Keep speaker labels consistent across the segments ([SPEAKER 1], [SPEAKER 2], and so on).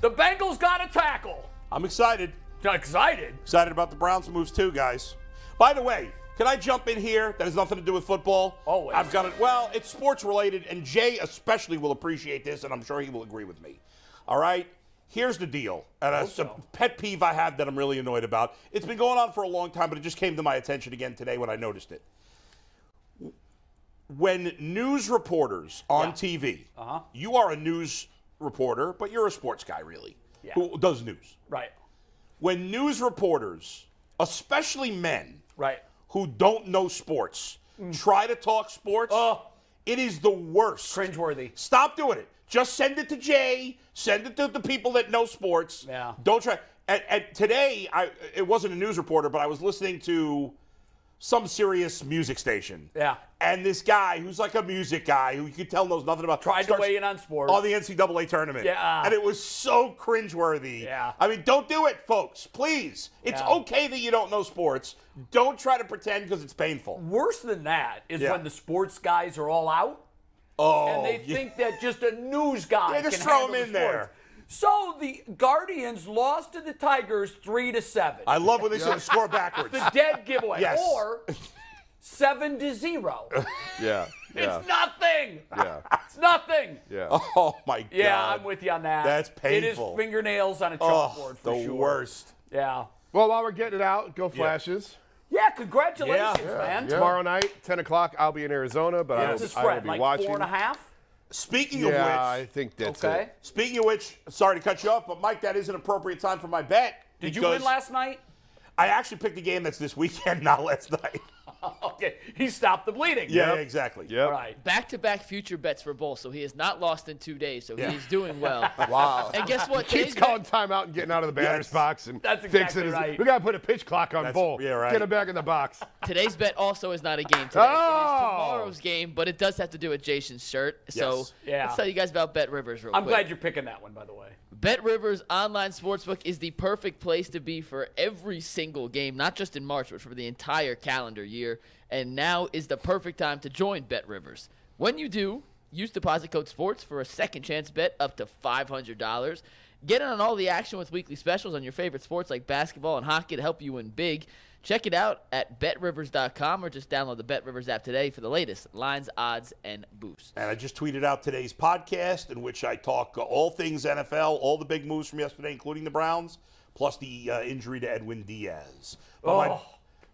[SPEAKER 1] The Bengals got a tackle.
[SPEAKER 2] I'm excited.
[SPEAKER 1] Excited.
[SPEAKER 2] Excited about the Browns moves too, guys. By the way, can I jump in here? That has nothing to do with football.
[SPEAKER 1] Always.
[SPEAKER 2] I've got it. Well, it's sports related, and Jay especially will appreciate this, and I'm sure he will agree with me. All right. Here's the deal, and a,
[SPEAKER 1] so.
[SPEAKER 2] a pet peeve I have that I'm really annoyed about. It's been going on for a long time, but it just came to my attention again today when I noticed it. When news reporters on TV, uh-huh. you are a news reporter, but you're a sports guy, really,
[SPEAKER 1] Yeah.
[SPEAKER 2] who does news
[SPEAKER 1] Right.
[SPEAKER 2] when news reporters, especially men
[SPEAKER 1] Right.
[SPEAKER 2] who don't know sports,
[SPEAKER 1] Mm.
[SPEAKER 2] try to talk sports,
[SPEAKER 1] Oh.
[SPEAKER 2] it is the worst.
[SPEAKER 1] Cringeworthy.
[SPEAKER 2] Stop doing it. Just send it to Jay. Send it to the people that know sports.
[SPEAKER 1] Yeah.
[SPEAKER 2] Don't try. And, and today, I it wasn't a news reporter, but I was listening to some serious music station.
[SPEAKER 1] Yeah.
[SPEAKER 2] And this guy, who's like a music guy, who you could tell knows nothing about,
[SPEAKER 1] Tried to
[SPEAKER 2] starts-
[SPEAKER 1] weigh in on sports.
[SPEAKER 2] on the NCAA tournament.
[SPEAKER 1] Yeah.
[SPEAKER 2] And it was so cringeworthy.
[SPEAKER 1] Yeah.
[SPEAKER 2] I mean, don't do it, folks. Please. It's
[SPEAKER 1] Yeah.
[SPEAKER 2] okay that you don't know sports. Don't try to pretend because it's painful.
[SPEAKER 1] Worse than that is
[SPEAKER 2] Yeah.
[SPEAKER 1] when the sports guys are all out
[SPEAKER 2] Oh.
[SPEAKER 1] and they
[SPEAKER 2] yeah.
[SPEAKER 1] think that just a news guy.
[SPEAKER 2] Yeah, just
[SPEAKER 1] can
[SPEAKER 2] throw
[SPEAKER 1] handle
[SPEAKER 2] him
[SPEAKER 1] the
[SPEAKER 2] in
[SPEAKER 1] sports. So the Guardians lost to the Tigers three to seven.
[SPEAKER 2] I love when they sort of score backwards.
[SPEAKER 1] the dead giveaway.
[SPEAKER 2] Yes.
[SPEAKER 1] Or seven to zero.
[SPEAKER 3] Yeah. Yeah.
[SPEAKER 1] It's nothing.
[SPEAKER 3] yeah.
[SPEAKER 1] It's nothing.
[SPEAKER 3] Yeah.
[SPEAKER 2] Oh, my God.
[SPEAKER 1] Yeah, I'm with you on that.
[SPEAKER 2] That's
[SPEAKER 1] It is
[SPEAKER 2] painful.
[SPEAKER 1] fingernails on a chalkboard
[SPEAKER 2] Oh,
[SPEAKER 1] for
[SPEAKER 2] the
[SPEAKER 1] sure.
[SPEAKER 2] worst.
[SPEAKER 1] Yeah.
[SPEAKER 3] Well, while we're getting it out, go flashes.
[SPEAKER 1] Yeah, congratulations,
[SPEAKER 2] Yeah.
[SPEAKER 1] man.
[SPEAKER 3] Tomorrow night, 10 o'clock, I'll be in Arizona, but I,
[SPEAKER 1] What's
[SPEAKER 3] will,
[SPEAKER 1] the
[SPEAKER 3] I will
[SPEAKER 1] spread?
[SPEAKER 3] be
[SPEAKER 1] Like
[SPEAKER 3] watching.
[SPEAKER 1] four and a half?
[SPEAKER 2] Speaking
[SPEAKER 3] Yeah,
[SPEAKER 2] of
[SPEAKER 3] I
[SPEAKER 2] which,
[SPEAKER 3] think that's
[SPEAKER 1] Okay.
[SPEAKER 3] it.
[SPEAKER 2] speaking of which, sorry to cut you off, but Mike, that is an appropriate time for my bet.
[SPEAKER 1] Did you
[SPEAKER 2] because
[SPEAKER 1] win last night?
[SPEAKER 2] I actually picked a game that's this weekend, not last night.
[SPEAKER 1] Okay. He stopped the bleeding.
[SPEAKER 2] Yeah, exactly.
[SPEAKER 3] Yep.
[SPEAKER 1] All right.
[SPEAKER 4] Back to back future bets for Bull, so he has not lost in two days, so
[SPEAKER 2] Yeah.
[SPEAKER 4] he is doing well.
[SPEAKER 3] Wow.
[SPEAKER 4] And guess what?
[SPEAKER 3] Keeps
[SPEAKER 4] Today's
[SPEAKER 3] calling timeout and getting out of the batter's
[SPEAKER 2] Yes.
[SPEAKER 3] box and
[SPEAKER 1] That's
[SPEAKER 3] fixing
[SPEAKER 1] exactly
[SPEAKER 3] his.
[SPEAKER 1] right.
[SPEAKER 3] We got to put a pitch clock on
[SPEAKER 2] That's-
[SPEAKER 3] Bull.
[SPEAKER 2] yeah, right.
[SPEAKER 3] Get him back in the box.
[SPEAKER 4] bet, today's bet also is not a game today.
[SPEAKER 3] Oh!
[SPEAKER 4] It is tomorrow's game, but it does have to do with Jason's shirt. So
[SPEAKER 2] Yes.
[SPEAKER 1] Yeah.
[SPEAKER 4] let's tell you guys about Bet Rivers real
[SPEAKER 1] I'm
[SPEAKER 4] quick.
[SPEAKER 1] glad you're picking that one, by the way.
[SPEAKER 4] Bet Rivers online sportsbook is the perfect place to be for every single game, not just in March, but for the entire calendar year. And now is the perfect time to join Bet Rivers. When you do, use deposit code SPORTS for a second chance bet up to $500. Get in on all the action with weekly specials on your favorite sports like basketball and hockey to help you win big. Check it out at betrivers.com or just download the Bet Rivers app today for the latest lines, odds, and boosts.
[SPEAKER 2] And I just tweeted out today's podcast in which I talk uh, all things NFL, all the big moves from yesterday, including the Browns, plus the uh, injury to Edwin Diaz. But, my-
[SPEAKER 1] Oh.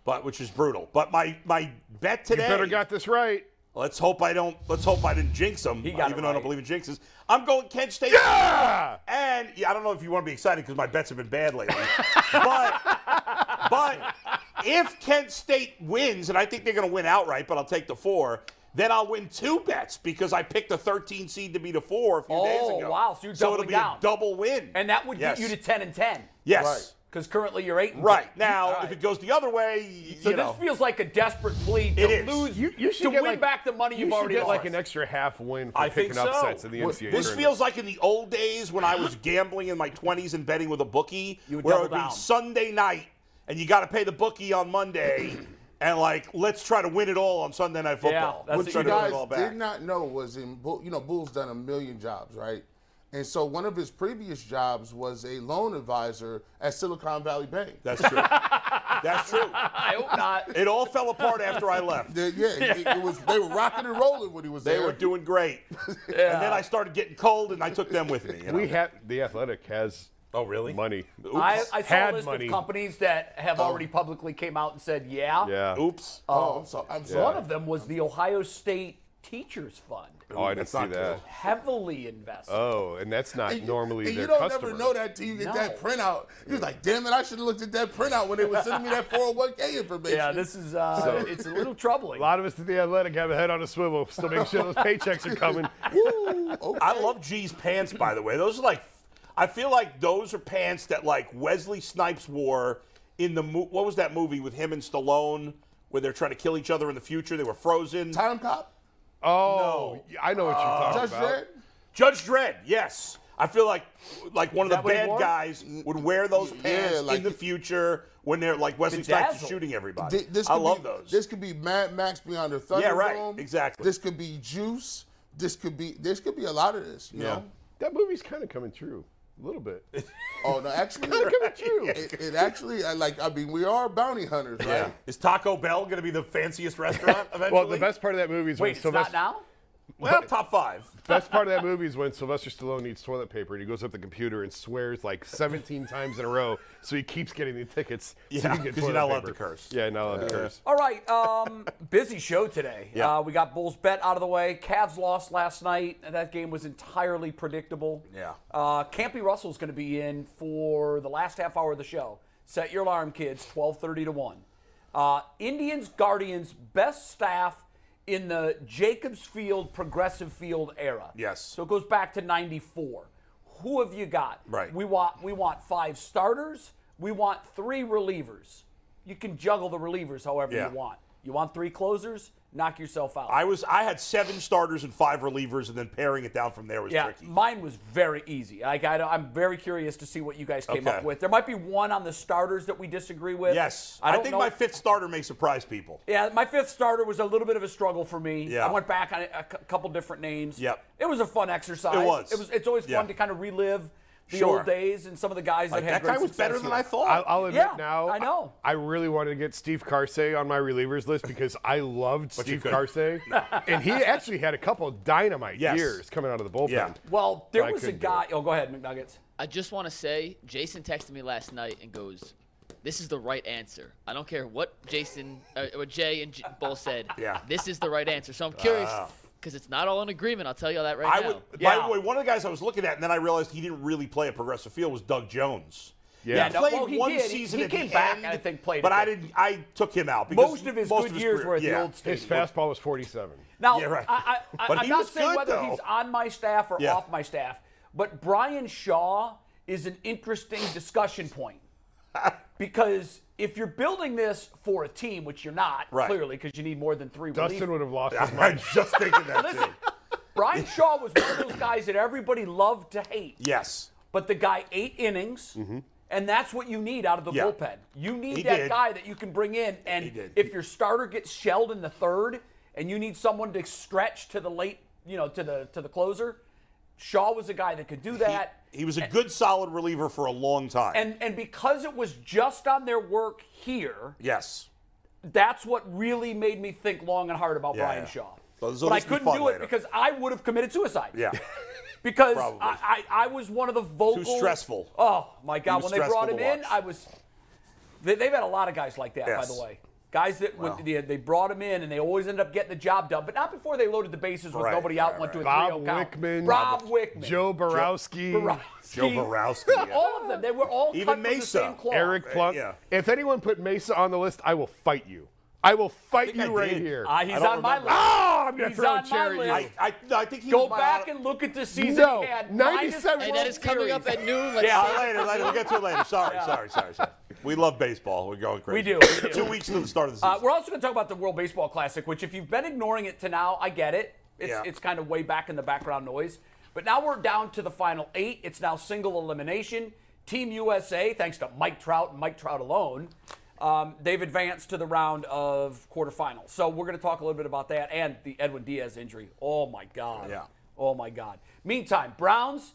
[SPEAKER 2] but which is brutal. But my my bet today.
[SPEAKER 3] Better got this right.
[SPEAKER 2] let's hope I don't. Let's hope I didn't jinx him.
[SPEAKER 1] He got it
[SPEAKER 2] even though I
[SPEAKER 1] right.
[SPEAKER 2] don't believe in jinxes. I'm going Kent State.
[SPEAKER 3] Ah!
[SPEAKER 2] And yeah, I don't know if you want to be excited because my bets have been bad lately. but but if Kent State wins, and I think they're going to win outright, but I'll take the four. Then I'll win two bets because I picked the 13 seed to be the four a few days
[SPEAKER 1] Oh,
[SPEAKER 2] ago.
[SPEAKER 1] wow, so you're
[SPEAKER 2] so it'll
[SPEAKER 1] doubling
[SPEAKER 2] be
[SPEAKER 1] down.
[SPEAKER 2] a double win.
[SPEAKER 1] And that would
[SPEAKER 2] yes.
[SPEAKER 1] get you to 10 and 10.
[SPEAKER 2] yes,
[SPEAKER 1] Because currently you're 8 and
[SPEAKER 2] right,
[SPEAKER 1] 10.
[SPEAKER 2] now
[SPEAKER 1] All right.
[SPEAKER 2] if it goes the other way,
[SPEAKER 1] So
[SPEAKER 2] you
[SPEAKER 1] this
[SPEAKER 2] know,
[SPEAKER 1] feels like a desperate plea
[SPEAKER 2] It
[SPEAKER 1] to
[SPEAKER 2] is.
[SPEAKER 1] lose,
[SPEAKER 3] You, you should
[SPEAKER 1] to
[SPEAKER 3] get
[SPEAKER 1] win
[SPEAKER 3] like,
[SPEAKER 1] back the money
[SPEAKER 3] you
[SPEAKER 1] you've
[SPEAKER 3] should
[SPEAKER 1] already
[SPEAKER 3] get
[SPEAKER 1] lost.
[SPEAKER 3] like an extra half win for
[SPEAKER 2] I think
[SPEAKER 3] picking
[SPEAKER 2] so.
[SPEAKER 3] upsets in the NCAA
[SPEAKER 2] This
[SPEAKER 3] tournament.
[SPEAKER 2] feels like in the old days when I was gambling in my 20s and betting with a bookie,
[SPEAKER 1] You would
[SPEAKER 2] where it would
[SPEAKER 1] double down.
[SPEAKER 2] be Sunday night and you got to pay the bookie on Monday, and like let's try to win it all on Sunday night football.
[SPEAKER 1] that's
[SPEAKER 2] Let's
[SPEAKER 1] what
[SPEAKER 2] try
[SPEAKER 1] you
[SPEAKER 2] to win it
[SPEAKER 5] guys
[SPEAKER 2] all back.
[SPEAKER 5] did not know was in Bull, you know Bull's done a million jobs, right? And so one of his previous jobs was a loan advisor at Silicon Valley Bank.
[SPEAKER 2] that's true. that's true.
[SPEAKER 1] I hope not.
[SPEAKER 2] It all fell apart after I left.
[SPEAKER 5] The- yeah, It, it was. They were rocking and rolling when he was
[SPEAKER 2] They
[SPEAKER 5] there.
[SPEAKER 2] were doing great, and then I started getting cold, and I took them with me. you know?
[SPEAKER 3] We have the athletic has
[SPEAKER 2] Oh, really?
[SPEAKER 3] money.
[SPEAKER 1] I, I saw a
[SPEAKER 3] Had
[SPEAKER 1] list
[SPEAKER 3] money.
[SPEAKER 1] of companies that
[SPEAKER 2] Oh.
[SPEAKER 1] have already publicly came out and said, yeah.
[SPEAKER 3] Yeah.
[SPEAKER 2] Oops.
[SPEAKER 5] oh, I'm sorry. I'm
[SPEAKER 1] One
[SPEAKER 5] sorry.
[SPEAKER 1] of them was the Ohio State Teachers Fund,
[SPEAKER 3] Oh, I didn't
[SPEAKER 2] That's
[SPEAKER 3] see
[SPEAKER 2] not
[SPEAKER 3] that.
[SPEAKER 2] cool.
[SPEAKER 1] heavily invested.
[SPEAKER 3] Oh, and that's not
[SPEAKER 5] And you-
[SPEAKER 3] normally
[SPEAKER 5] and
[SPEAKER 3] their
[SPEAKER 5] you don't
[SPEAKER 3] customer.
[SPEAKER 5] never know that till you get that
[SPEAKER 1] No.
[SPEAKER 5] printout. He was like, "Damn it! I should have looked at that printout when they were sending me that 401k information."
[SPEAKER 1] yeah, this is uh, it's a little troubling.
[SPEAKER 3] A lot of us at the athletic have a head on a swivel, still making sure those paychecks are coming.
[SPEAKER 5] Woo, okay.
[SPEAKER 2] I love G's pants, by the way. Those are like. I feel like those are pants that like Wesley Snipes wore in the mo- what was that movie with him and Stallone where they're trying to kill each other in the future? They were frozen.
[SPEAKER 5] Time cop.
[SPEAKER 3] Oh, I know what you're talking
[SPEAKER 5] Judge
[SPEAKER 3] about.
[SPEAKER 5] Dredd.
[SPEAKER 2] Judge Dredd, yes. I feel like like one of the
[SPEAKER 3] that what he
[SPEAKER 2] bad
[SPEAKER 3] wore?
[SPEAKER 2] guys would wear those
[SPEAKER 5] Yeah,
[SPEAKER 2] pants
[SPEAKER 5] like-
[SPEAKER 2] in the future when they're like Wesley Snipes is
[SPEAKER 1] Bedazzled.
[SPEAKER 2] shooting everybody.
[SPEAKER 5] Th- this
[SPEAKER 2] I
[SPEAKER 5] could
[SPEAKER 2] love
[SPEAKER 5] be,
[SPEAKER 2] those.
[SPEAKER 5] This could be Mad Max Beyond the Thunderdome.
[SPEAKER 2] Yeah, right. Exactly.
[SPEAKER 5] This could be Juice. This could be. This could be a lot of this. You know.
[SPEAKER 3] That movie's kind of coming true a little bit.
[SPEAKER 5] Oh no, actually,
[SPEAKER 3] coming true.
[SPEAKER 5] it, it actually. I like. I mean, we are bounty hunters, right?
[SPEAKER 2] yeah. Is Taco Bell going to be the fanciest restaurant eventually?
[SPEAKER 3] Well, the best part of that movie is when
[SPEAKER 1] Wait, it's not
[SPEAKER 3] Sylvester.
[SPEAKER 1] now?
[SPEAKER 2] Well, top five.
[SPEAKER 3] Best part of that movie is when Sylvester Stallone needs toilet paper and he goes up the computer and swears like 17 times in a row, so he keeps getting the tickets. so
[SPEAKER 2] Yeah,
[SPEAKER 3] he can get
[SPEAKER 2] 'cause you're
[SPEAKER 3] toilet
[SPEAKER 2] not allowed to
[SPEAKER 3] paper.
[SPEAKER 2] curse.
[SPEAKER 3] Yeah, not allowed to curse.
[SPEAKER 1] All right, um, busy show today.
[SPEAKER 2] Yeah.
[SPEAKER 1] Uh, we got Bulls bet out of the way. Cavs lost last night. That game was entirely predictable.
[SPEAKER 2] Yeah.
[SPEAKER 1] Uh, Campy Russell's going to be in for the last half hour of the show. Set your alarm, kids. Twelve thirty to one. Uh, Indians Guardians best staff in the Jacobs Field Progressive Field era.
[SPEAKER 2] Yes.
[SPEAKER 1] So it goes back to '94. Who have you got?
[SPEAKER 2] Right.
[SPEAKER 1] We want we want five starters. We want three relievers. You can juggle the relievers however
[SPEAKER 2] Yeah.
[SPEAKER 1] you want. You want three closers? Knock yourself out.
[SPEAKER 2] I was I had seven starters and five relievers, and then paring it down from there was
[SPEAKER 1] yeah,
[SPEAKER 2] tricky.
[SPEAKER 1] mine was very easy. Like I, I'm very curious to see what you guys came
[SPEAKER 2] Okay.
[SPEAKER 1] up with. There might be one on the starters that we disagree with.
[SPEAKER 2] yes,
[SPEAKER 1] I
[SPEAKER 2] I,
[SPEAKER 1] don't
[SPEAKER 2] think
[SPEAKER 1] know.
[SPEAKER 2] my fifth starter may surprise people.
[SPEAKER 1] yeah, my fifth starter was a little bit of a struggle for me.
[SPEAKER 2] Yeah.
[SPEAKER 1] I went back on a, a cou- couple different names.
[SPEAKER 2] Yep.
[SPEAKER 1] It was a fun exercise.
[SPEAKER 2] It was.
[SPEAKER 1] It was. It's always
[SPEAKER 2] Yeah.
[SPEAKER 1] fun to kind of relive the
[SPEAKER 2] Sure.
[SPEAKER 1] old days and some of the guys
[SPEAKER 2] Like
[SPEAKER 1] that had
[SPEAKER 2] that
[SPEAKER 1] great
[SPEAKER 2] guy was
[SPEAKER 1] success
[SPEAKER 2] better than
[SPEAKER 1] here.
[SPEAKER 2] I thought.
[SPEAKER 3] I'll, I'll admit
[SPEAKER 1] Yeah,
[SPEAKER 3] now.
[SPEAKER 1] I know.
[SPEAKER 3] I, I really wanted to get Steve Carsey on my relievers list because I loved
[SPEAKER 2] you
[SPEAKER 3] Steve
[SPEAKER 2] couldn't.
[SPEAKER 3] Carsey, and he actually had a couple of dynamite
[SPEAKER 2] Yes.
[SPEAKER 3] years coming out of the bullpen.
[SPEAKER 2] Yeah.
[SPEAKER 1] Well, there
[SPEAKER 3] I
[SPEAKER 1] was a
[SPEAKER 3] couldn't do
[SPEAKER 1] guy. Oh, go ahead, McNuggets.
[SPEAKER 4] I just want to say, Jason texted me last night and goes, "This is the right answer." I don't care what Jason uh, or Jay and J- Bull said.
[SPEAKER 2] Yeah.
[SPEAKER 4] This is the right answer. So I'm curious because it's not all in agreement. I'll tell you all that right
[SPEAKER 2] I
[SPEAKER 4] now.
[SPEAKER 2] would. By
[SPEAKER 1] Yeah.
[SPEAKER 2] the way, one of the guys I was looking at, and then I realized he didn't really play at Progressive Field was Doug Jones.
[SPEAKER 3] Yeah.
[SPEAKER 2] He
[SPEAKER 1] no,
[SPEAKER 2] played
[SPEAKER 1] well, he
[SPEAKER 2] one
[SPEAKER 1] did. He-
[SPEAKER 2] season.
[SPEAKER 1] he
[SPEAKER 2] at
[SPEAKER 1] came
[SPEAKER 2] the
[SPEAKER 1] back
[SPEAKER 2] end,
[SPEAKER 1] and I think played
[SPEAKER 2] But
[SPEAKER 1] at
[SPEAKER 2] I
[SPEAKER 1] the-
[SPEAKER 2] didn't. I took him out because
[SPEAKER 1] Most of his good
[SPEAKER 2] his
[SPEAKER 1] years
[SPEAKER 2] career-
[SPEAKER 1] were at
[SPEAKER 2] yeah.
[SPEAKER 1] the old
[SPEAKER 3] His
[SPEAKER 1] stadium.
[SPEAKER 3] fastball was 47.
[SPEAKER 1] Now,
[SPEAKER 2] Yeah, right.
[SPEAKER 1] I, I, I,
[SPEAKER 2] But
[SPEAKER 1] I'm
[SPEAKER 2] he
[SPEAKER 1] not
[SPEAKER 2] was
[SPEAKER 1] saying
[SPEAKER 2] good,
[SPEAKER 1] whether
[SPEAKER 2] though.
[SPEAKER 1] he's on my staff or
[SPEAKER 2] Yeah.
[SPEAKER 1] off my staff, but Brian Shaw is an interesting discussion point because if you're building this for a team, which you're not
[SPEAKER 2] Right.
[SPEAKER 1] clearly, because you need more than three
[SPEAKER 3] Dustin
[SPEAKER 1] relief-
[SPEAKER 3] would have lost his mind.
[SPEAKER 2] I'm just thinking that.
[SPEAKER 1] Listen,
[SPEAKER 2] too.
[SPEAKER 1] Brian Shaw was one of those guys that everybody loved to hate.
[SPEAKER 2] Yes.
[SPEAKER 1] But the guy eight innings, and that's what you need out of the
[SPEAKER 2] Mm-hmm. Yeah.
[SPEAKER 1] bullpen. You need
[SPEAKER 2] He
[SPEAKER 1] that
[SPEAKER 2] did.
[SPEAKER 1] guy that you can bring in,
[SPEAKER 2] He
[SPEAKER 1] and
[SPEAKER 2] did.
[SPEAKER 1] if your starter gets shelled in the third, and you need someone to stretch to the late, you know, to the to the closer, Shaw was a guy that could do that.
[SPEAKER 2] He was a good, solid reliever for a long time.
[SPEAKER 1] and and because it was just on their work here,
[SPEAKER 2] yes.
[SPEAKER 1] that's what really made me think long and hard about
[SPEAKER 2] Yeah,
[SPEAKER 1] Brian
[SPEAKER 2] yeah.
[SPEAKER 1] Shaw.
[SPEAKER 2] So this will
[SPEAKER 1] but I
[SPEAKER 2] just be
[SPEAKER 1] couldn't
[SPEAKER 2] fun
[SPEAKER 1] do
[SPEAKER 2] later.
[SPEAKER 1] it because I would have committed suicide.
[SPEAKER 2] Yeah.
[SPEAKER 1] because
[SPEAKER 2] Probably.
[SPEAKER 1] I, I, I was one of the vocal.
[SPEAKER 2] stressful.
[SPEAKER 1] Oh my God!
[SPEAKER 2] was
[SPEAKER 1] When they brought him
[SPEAKER 2] stressful to
[SPEAKER 1] in,
[SPEAKER 2] watch.
[SPEAKER 1] I was. They, they've had a lot of guys like that,
[SPEAKER 2] Yes.
[SPEAKER 1] by the way. Guys that
[SPEAKER 2] Wow.
[SPEAKER 1] when they, they brought him in and they always end up getting the job done, but not before they loaded the bases with
[SPEAKER 2] Right,
[SPEAKER 1] nobody out,
[SPEAKER 2] right,
[SPEAKER 1] and went
[SPEAKER 3] Bob
[SPEAKER 1] to a 3 oh count.
[SPEAKER 3] Wickman.
[SPEAKER 1] Rob Wickman,
[SPEAKER 3] Joe Borowski.
[SPEAKER 1] Borowski,
[SPEAKER 2] Joe Borowski. yeah.
[SPEAKER 1] all of them. They were all
[SPEAKER 2] Even
[SPEAKER 1] cut from the
[SPEAKER 2] Mesa.
[SPEAKER 1] same cloth.
[SPEAKER 3] Eric Plunk.
[SPEAKER 2] yeah.
[SPEAKER 3] If anyone put Mesa on the list, I will fight you. I will fight
[SPEAKER 2] I
[SPEAKER 3] you right
[SPEAKER 2] did.
[SPEAKER 3] here.
[SPEAKER 1] Ah, he's
[SPEAKER 2] I
[SPEAKER 1] on
[SPEAKER 2] don't
[SPEAKER 1] my
[SPEAKER 2] remember.
[SPEAKER 1] list.
[SPEAKER 3] oh, I'm gonna
[SPEAKER 1] he's
[SPEAKER 3] throw a
[SPEAKER 1] on my
[SPEAKER 3] chair at you.
[SPEAKER 1] list.
[SPEAKER 2] I, I, no, I think he
[SPEAKER 1] Go
[SPEAKER 2] was my-
[SPEAKER 1] back and look at the season
[SPEAKER 3] No,
[SPEAKER 1] he had.
[SPEAKER 3] 97
[SPEAKER 1] minus
[SPEAKER 4] and that is coming up at noon. Let's
[SPEAKER 1] Yeah.
[SPEAKER 4] see.
[SPEAKER 2] Uh, later, later. We'll get to it later. Sorry, sorry, sorry, sorry. We love baseball. We're going crazy.
[SPEAKER 1] do, we do.
[SPEAKER 2] Two weeks to the start of the season.
[SPEAKER 1] Uh, we're also going to talk about the World Baseball Classic, which if you've been ignoring it to now, I get it. It's,
[SPEAKER 2] Yeah.
[SPEAKER 1] it's kind of way back in the background noise. But now we're down to the final eight. It's now single elimination. Team USA, thanks to Mike Trout and Mike Trout alone, um, they've advanced to the round of quarterfinals. So we're going to talk a little bit about that and the Edwin Diaz injury. Oh, my God.
[SPEAKER 2] Yeah.
[SPEAKER 1] Oh, my God. Meantime, Browns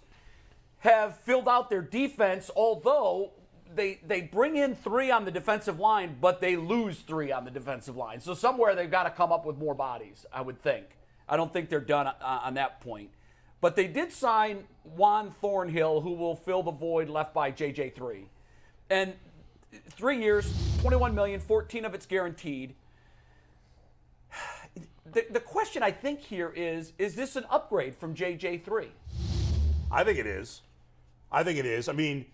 [SPEAKER 1] have filled out their defense, although they they bring in three on the defensive line, but they lose three on the defensive line. So somewhere they've got to come up with more bodies, I would think. I don't think they're done uh, on that point. But they did sign Juan Thornhill, who will fill the void left by JJ3. And three years, 21 million, 14 of it's guaranteed. The, the question I think here is is this an upgrade from JJ3?
[SPEAKER 2] I think it is. I think it is. I mean,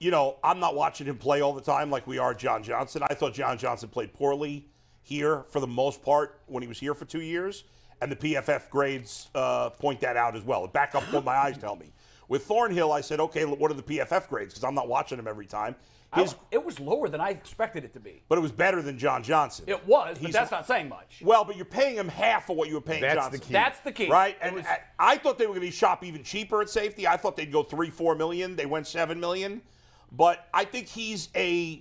[SPEAKER 2] you know, I'm not watching him play all the time like we are John Johnson. I thought John Johnson played poorly here for the most part when he was here for two years, and the PFF grades uh, point that out as well. The backup what my eyes tell me, With Thornhill, I said, okay, what are the PFF grades? Because I'm not watching him every time.
[SPEAKER 1] I-
[SPEAKER 2] His,
[SPEAKER 1] it was lower than I expected it to be.
[SPEAKER 2] but it was better than John Johnson.
[SPEAKER 1] It was, but
[SPEAKER 2] He's-
[SPEAKER 1] that's not saying much.
[SPEAKER 2] Well, but you're paying him half of what you were paying
[SPEAKER 3] That's
[SPEAKER 2] Johnson.
[SPEAKER 3] the key.
[SPEAKER 1] That's the key,
[SPEAKER 2] Right,
[SPEAKER 1] It
[SPEAKER 2] and
[SPEAKER 1] was-
[SPEAKER 2] I, I thought they were going to shop even cheaper at safety. I thought they'd go three, four million. They went seven million, but I think he's a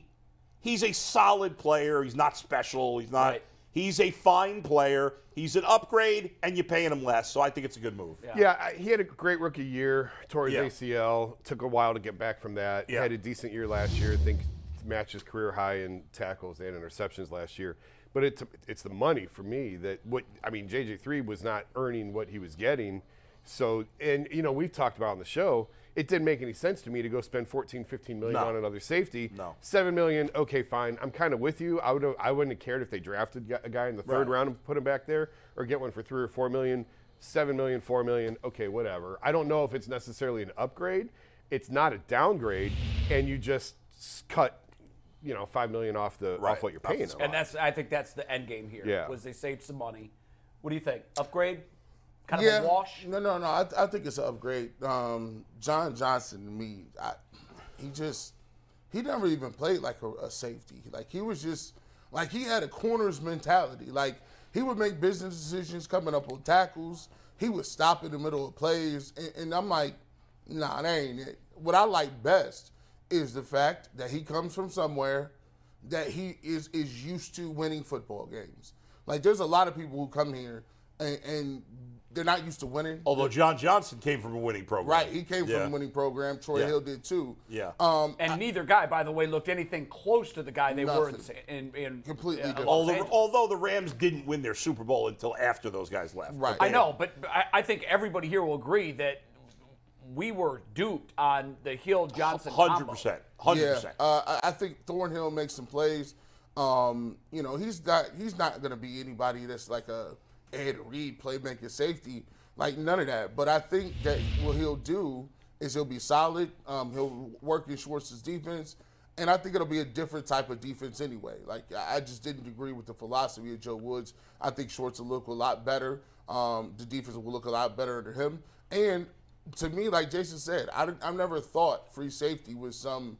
[SPEAKER 2] he's a solid player. He's not special. He's not.
[SPEAKER 1] Right.
[SPEAKER 2] He's a fine player. He's an upgrade, and you're paying him less. So I think it's a good move.
[SPEAKER 3] Yeah, I- he had a great rookie year. Tore his
[SPEAKER 2] Yeah.
[SPEAKER 3] ACL. Took a while to get back from that.
[SPEAKER 2] Yeah.
[SPEAKER 3] Had a decent year last year. I think matched his career high in tackles and interceptions last year. But it's it's the money for me that what I mean. JJ three was not earning what he was getting. So and you know we've talked about on the show. It didn't make any sense to me to go spend 14, 15 million
[SPEAKER 2] No.
[SPEAKER 3] on another safety.
[SPEAKER 2] No.
[SPEAKER 3] Seven million. Okay, fine. I'm kind of with you. I would I wouldn't have cared if they drafted a guy in the third
[SPEAKER 2] Right.
[SPEAKER 3] round and put him back there, or get one for three or four million, seven million, four million. Okay, whatever. I don't know if it's necessarily an upgrade. It's not a downgrade, and you just s- cut, you know, five million off the
[SPEAKER 2] Right.
[SPEAKER 3] off what you're
[SPEAKER 2] Off the
[SPEAKER 3] paying. them.
[SPEAKER 2] spot.
[SPEAKER 1] and that's I think that's the end game here.
[SPEAKER 3] Yeah.
[SPEAKER 1] Was they saved some money? What do you think? Upgrade? Kind of
[SPEAKER 5] yeah.
[SPEAKER 1] a wash?
[SPEAKER 5] No, no, no. I, I think it's an upgrade. Um, John Johnson, to me, I, he just he never even played like a, a safety. Like he was just like he had a corners mentality. Like he would make business decisions coming up on tackles. He would stop in the middle of plays, and, and I'm like, nah, that ain't it. What I like best is the fact that he comes from somewhere that he is is used to winning football games. Like there's a lot of people who come here and, and they're not used to winning.
[SPEAKER 2] Although John Johnson came from a winning program.
[SPEAKER 5] Right, he came
[SPEAKER 2] Oh, Yeah.
[SPEAKER 5] from a winning program. Troy
[SPEAKER 2] Yeah.
[SPEAKER 5] Hill did too.
[SPEAKER 2] Yeah.
[SPEAKER 5] Um,
[SPEAKER 1] And neither guy, by the way, looked anything close to the guy they were in,
[SPEAKER 5] Nothing.
[SPEAKER 1] Sa- in, in
[SPEAKER 5] Completely
[SPEAKER 1] uh,
[SPEAKER 5] different.
[SPEAKER 1] Los
[SPEAKER 2] Although,
[SPEAKER 1] Angeles.
[SPEAKER 2] although the Rams didn't win their Super Bowl until after those guys left.
[SPEAKER 5] Right.
[SPEAKER 2] But
[SPEAKER 1] I know, but I, I think everybody here will agree that we were duped on the Hill Johnson.
[SPEAKER 2] Hundred
[SPEAKER 1] combo.
[SPEAKER 2] percent. Hundred
[SPEAKER 5] yeah,
[SPEAKER 2] percent.
[SPEAKER 5] uh, I- I think Thornhill makes some plays. Um, you know, he's not he's not going to be anybody that's like a Ed Reed playmaking safety, like none of that. But I think that what he'll do is he'll be solid. Um, he'll work in Schwartz's defense, and I think it'll be a different type of defense anyway. Like I I just didn't agree with the philosophy of Joe Woods. I think Schwartz will look a lot better. Um, the defense will look a lot better under him, and to me, like Jason said, I, didn't- I never thought free safety was some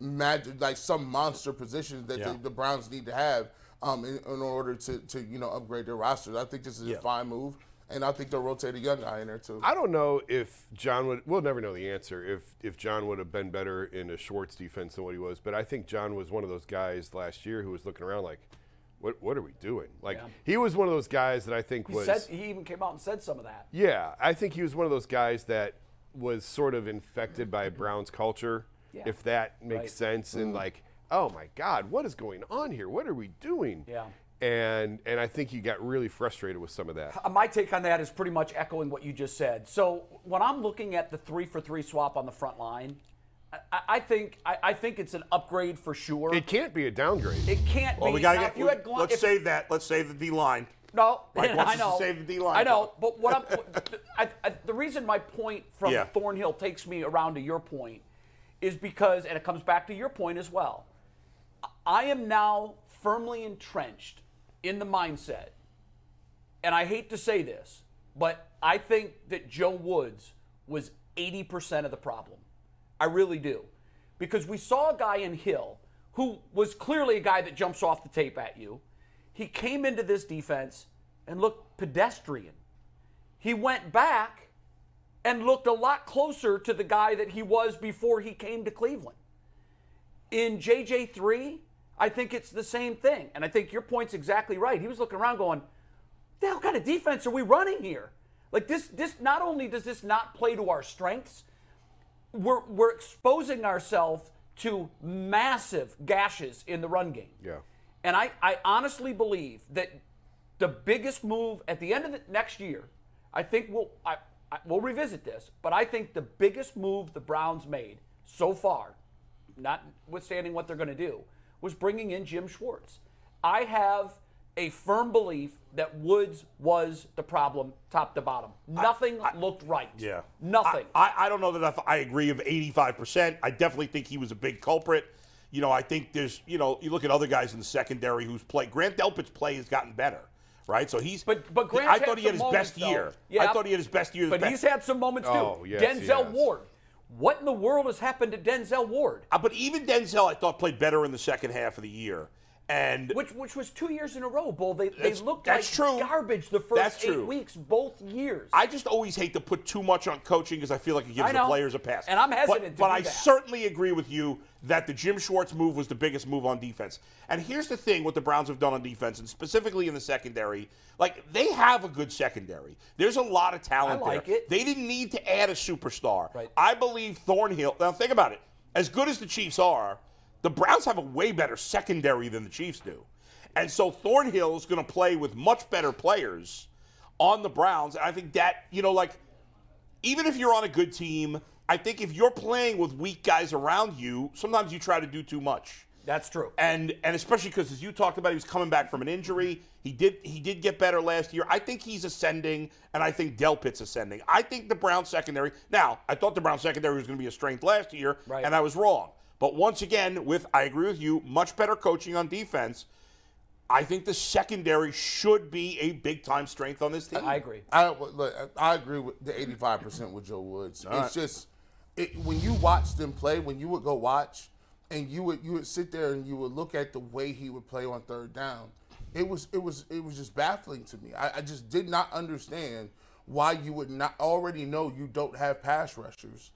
[SPEAKER 5] magic, like some monster position that
[SPEAKER 2] Yeah.
[SPEAKER 5] the, the Browns need to have um, in, in order to, to you know upgrade their rosters. I think this is
[SPEAKER 2] Yeah.
[SPEAKER 5] a fine move, and I think they'll rotate a young guy in there too.
[SPEAKER 3] I don't know if John would. We'll never know the answer if if John would have been better in a Schwartz defense than what he was. But I think John was one of those guys last year who was looking around like, "What what are we doing?" Like he was one of those guys that I think
[SPEAKER 1] He
[SPEAKER 3] was.
[SPEAKER 1] said he even came out and said some of that.
[SPEAKER 3] Yeah, I think he was one of those guys that was sort of infected by Browns culture,
[SPEAKER 1] Yeah.
[SPEAKER 3] if that makes
[SPEAKER 1] Right.
[SPEAKER 3] sense. And like, oh my God, what is going on here? What are we doing?
[SPEAKER 1] Yeah.
[SPEAKER 3] And and I think he got really frustrated with some of that.
[SPEAKER 1] Uh, My take on that is pretty much echoing what you just said. So when I'm looking at the three for three swap on the front line, I, I- I think I, I think it's an upgrade for sure.
[SPEAKER 3] It can't be a downgrade.
[SPEAKER 1] It can't
[SPEAKER 2] Well,
[SPEAKER 1] be.
[SPEAKER 2] we got to
[SPEAKER 1] Now,
[SPEAKER 2] get.
[SPEAKER 1] if you had Glo-
[SPEAKER 2] let's
[SPEAKER 1] if-
[SPEAKER 2] save that. Let's save the D line.
[SPEAKER 1] No,
[SPEAKER 2] Mike wants
[SPEAKER 1] I
[SPEAKER 2] us to
[SPEAKER 1] know.
[SPEAKER 2] save the D-line.
[SPEAKER 1] I know, but what I'm, I, I, the reason my point from
[SPEAKER 2] Yeah.
[SPEAKER 1] Thornhill takes me around to your point is because, and it comes back to your point as well. I am now firmly entrenched in the mindset, and I hate to say this, but I think that Joe Woods was 80% of the problem. I really do. Because we saw a guy in Hill who was clearly a guy that jumps off the tape at you. He came into this defense and looked pedestrian. He went back and looked a lot closer to the guy that he was before he came to Cleveland. In JJ3, I think it's the same thing. And I think your point's exactly right. He was looking around going, the hell kind of defense are we running here? Like this, this not only does this not play to our strengths, we're we're exposing ourselves to massive gashes in the run game.
[SPEAKER 3] Yeah.
[SPEAKER 1] And I, I honestly believe that the biggest move at the end of the next year, I think we'll I, I, we'll revisit this, but I think the biggest move the Browns made so far, notwithstanding what they're going to do, was bringing in Jim Schwartz. I have a firm belief that Woods was the problem, top to bottom. Nothing looked right.
[SPEAKER 2] Yeah.
[SPEAKER 1] Nothing.
[SPEAKER 2] I, I, I don't know that I, I agree of 85%. I definitely think he was a big culprit. You know, I think there's, you know, you look at other guys in the secondary who's played. Grant Delpit's play has gotten better, right? So he's
[SPEAKER 1] But- but Grant's
[SPEAKER 2] I
[SPEAKER 1] had
[SPEAKER 2] thought he had his
[SPEAKER 1] some
[SPEAKER 2] best
[SPEAKER 1] moments,
[SPEAKER 2] year.
[SPEAKER 1] though. Yeah.
[SPEAKER 2] I thought he had his best year. his
[SPEAKER 1] But
[SPEAKER 2] best-
[SPEAKER 1] he's had some moments too.
[SPEAKER 3] Oh, yes, he
[SPEAKER 1] Denzel
[SPEAKER 3] has.
[SPEAKER 1] Ward. What in the world has happened to Denzel Ward?
[SPEAKER 2] Uh, but even Denzel, I thought played better in the second half of the year. And
[SPEAKER 1] Which which was two years in a row, Bull. They they
[SPEAKER 2] That's-
[SPEAKER 1] looked
[SPEAKER 2] that's
[SPEAKER 1] like
[SPEAKER 2] true.
[SPEAKER 1] garbage the first
[SPEAKER 2] That's
[SPEAKER 1] eight
[SPEAKER 2] true.
[SPEAKER 1] weeks, both years.
[SPEAKER 2] I just always hate to put too much on coaching because I feel like it
[SPEAKER 1] I
[SPEAKER 2] gives the
[SPEAKER 1] know.
[SPEAKER 2] players a pass.
[SPEAKER 1] And I'm
[SPEAKER 2] But-
[SPEAKER 1] hesitant to
[SPEAKER 2] But,
[SPEAKER 1] do
[SPEAKER 2] I
[SPEAKER 1] that.
[SPEAKER 2] certainly agree with you that the Jim Schwartz move was the biggest move on defense. And here's the thing: what the Browns have done on defense, and specifically in the secondary, like they have a good secondary. There's a lot of talent
[SPEAKER 1] I like
[SPEAKER 2] there.
[SPEAKER 1] it.
[SPEAKER 2] They didn't need to add a superstar.
[SPEAKER 1] Right.
[SPEAKER 2] I believe Thornhill. Now think about it. As good as the Chiefs are, the Browns have a way better secondary than the Chiefs do. And so Thornhill is going to play with much better players on the Browns. And I think that, you know, like even if you're on a good team, I think if you're playing with weak guys around you, sometimes you try to do too much.
[SPEAKER 1] That's true.
[SPEAKER 2] And and especially because as you talked about, he was coming back from an injury. He did he did get better last year. I think he's ascending, and I think Delpit's ascending. I think the Brown secondary. Now I thought the Brown secondary was going to be a strength last year,
[SPEAKER 1] Right.
[SPEAKER 2] and I was wrong. But once again, with I agree with you, much better coaching on defense. I think the secondary should be a big time strength on this team.
[SPEAKER 1] I agree.
[SPEAKER 5] I look, I agree with the 85% with Joe Woods. It's just it, when you watch them play, when you would go watch, and you would you would sit there and you would look at the way he would play on third down. It was it was it was just baffling to me. I, I just did not understand why you would not already know you don't have pass rushers,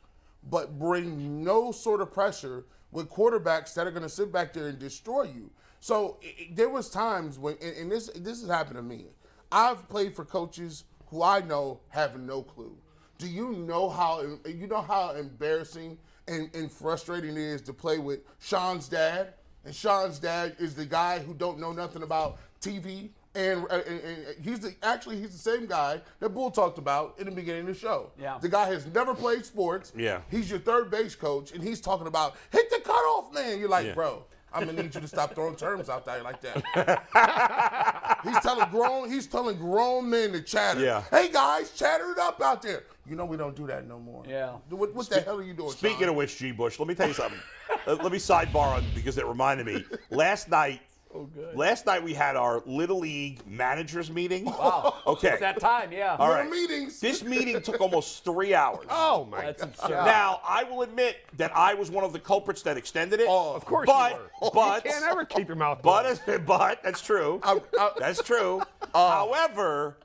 [SPEAKER 5] but bring no sort of pressure with quarterbacks that are going to sit back there and destroy you. So i i- there was times when, and, and this this has happened to me. I've played for coaches who I know have no clue. Do you know how you know how embarrassing and, and frustrating it is to play with Sean's dad? And Sean's dad is the guy who don't know nothing about TV, and, and, and he's the actually he's the same guy that Bull talked about in the beginning of the show.
[SPEAKER 1] Yeah.
[SPEAKER 5] the guy has never played sports.
[SPEAKER 2] Yeah.
[SPEAKER 5] he's your third base coach, and he's talking about hit the cutoff man. You're like, bro, I'm gonna need you to stop throwing terms out there like that. He's telling grown he's telling grown men to chatter.
[SPEAKER 2] Yeah.
[SPEAKER 5] Hey guys, chatter it up out there. You know we don't do that no more.
[SPEAKER 1] Yeah.
[SPEAKER 5] What, what the hell are you doing?
[SPEAKER 2] Speaking of which, G. Bush, let me tell you something. let, let me sidebar on because it reminded me. Last night, last night we had our little league managers meeting. Wow. Okay.
[SPEAKER 1] It's that time, yeah.
[SPEAKER 2] All
[SPEAKER 5] Little
[SPEAKER 2] right.
[SPEAKER 5] meetings.
[SPEAKER 2] This meeting took almost three hours.
[SPEAKER 3] Oh my
[SPEAKER 1] That's
[SPEAKER 3] god.
[SPEAKER 1] absurd.
[SPEAKER 2] Now I will admit that I was one of the culprits that extended it.
[SPEAKER 5] Oh,
[SPEAKER 3] Of course
[SPEAKER 2] but,
[SPEAKER 3] you were.
[SPEAKER 2] But
[SPEAKER 3] you can't ever keep your mouth.
[SPEAKER 2] but but that's true.
[SPEAKER 5] I- I-
[SPEAKER 2] that's true.
[SPEAKER 3] uh,
[SPEAKER 2] However,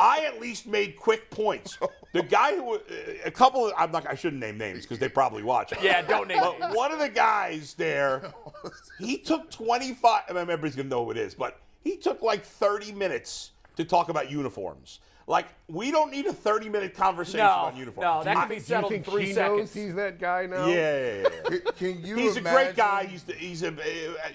[SPEAKER 2] I at least made quick points. The guy who uh, a couple of I'm not I shouldn't name names because they probably watch. it.
[SPEAKER 1] Yeah, don't name
[SPEAKER 2] But
[SPEAKER 1] names.
[SPEAKER 2] one of the guys there, he took 25. I mean, everybody's gonna know who it is, but he took like 30 minutes to talk about uniforms. Like we don't need a 30 minute conversation
[SPEAKER 1] no,
[SPEAKER 2] on
[SPEAKER 1] no,
[SPEAKER 2] uniforms.
[SPEAKER 1] that
[SPEAKER 2] I-
[SPEAKER 1] can be
[SPEAKER 3] Do you
[SPEAKER 1] settled in
[SPEAKER 3] think
[SPEAKER 1] three
[SPEAKER 3] he
[SPEAKER 1] seconds.
[SPEAKER 3] knows he's that guy now?
[SPEAKER 2] yeah, yeah, yeah, yeah.
[SPEAKER 5] Can- Can you
[SPEAKER 2] He's a great
[SPEAKER 5] imagine-
[SPEAKER 2] guy. He's the, he's a uh,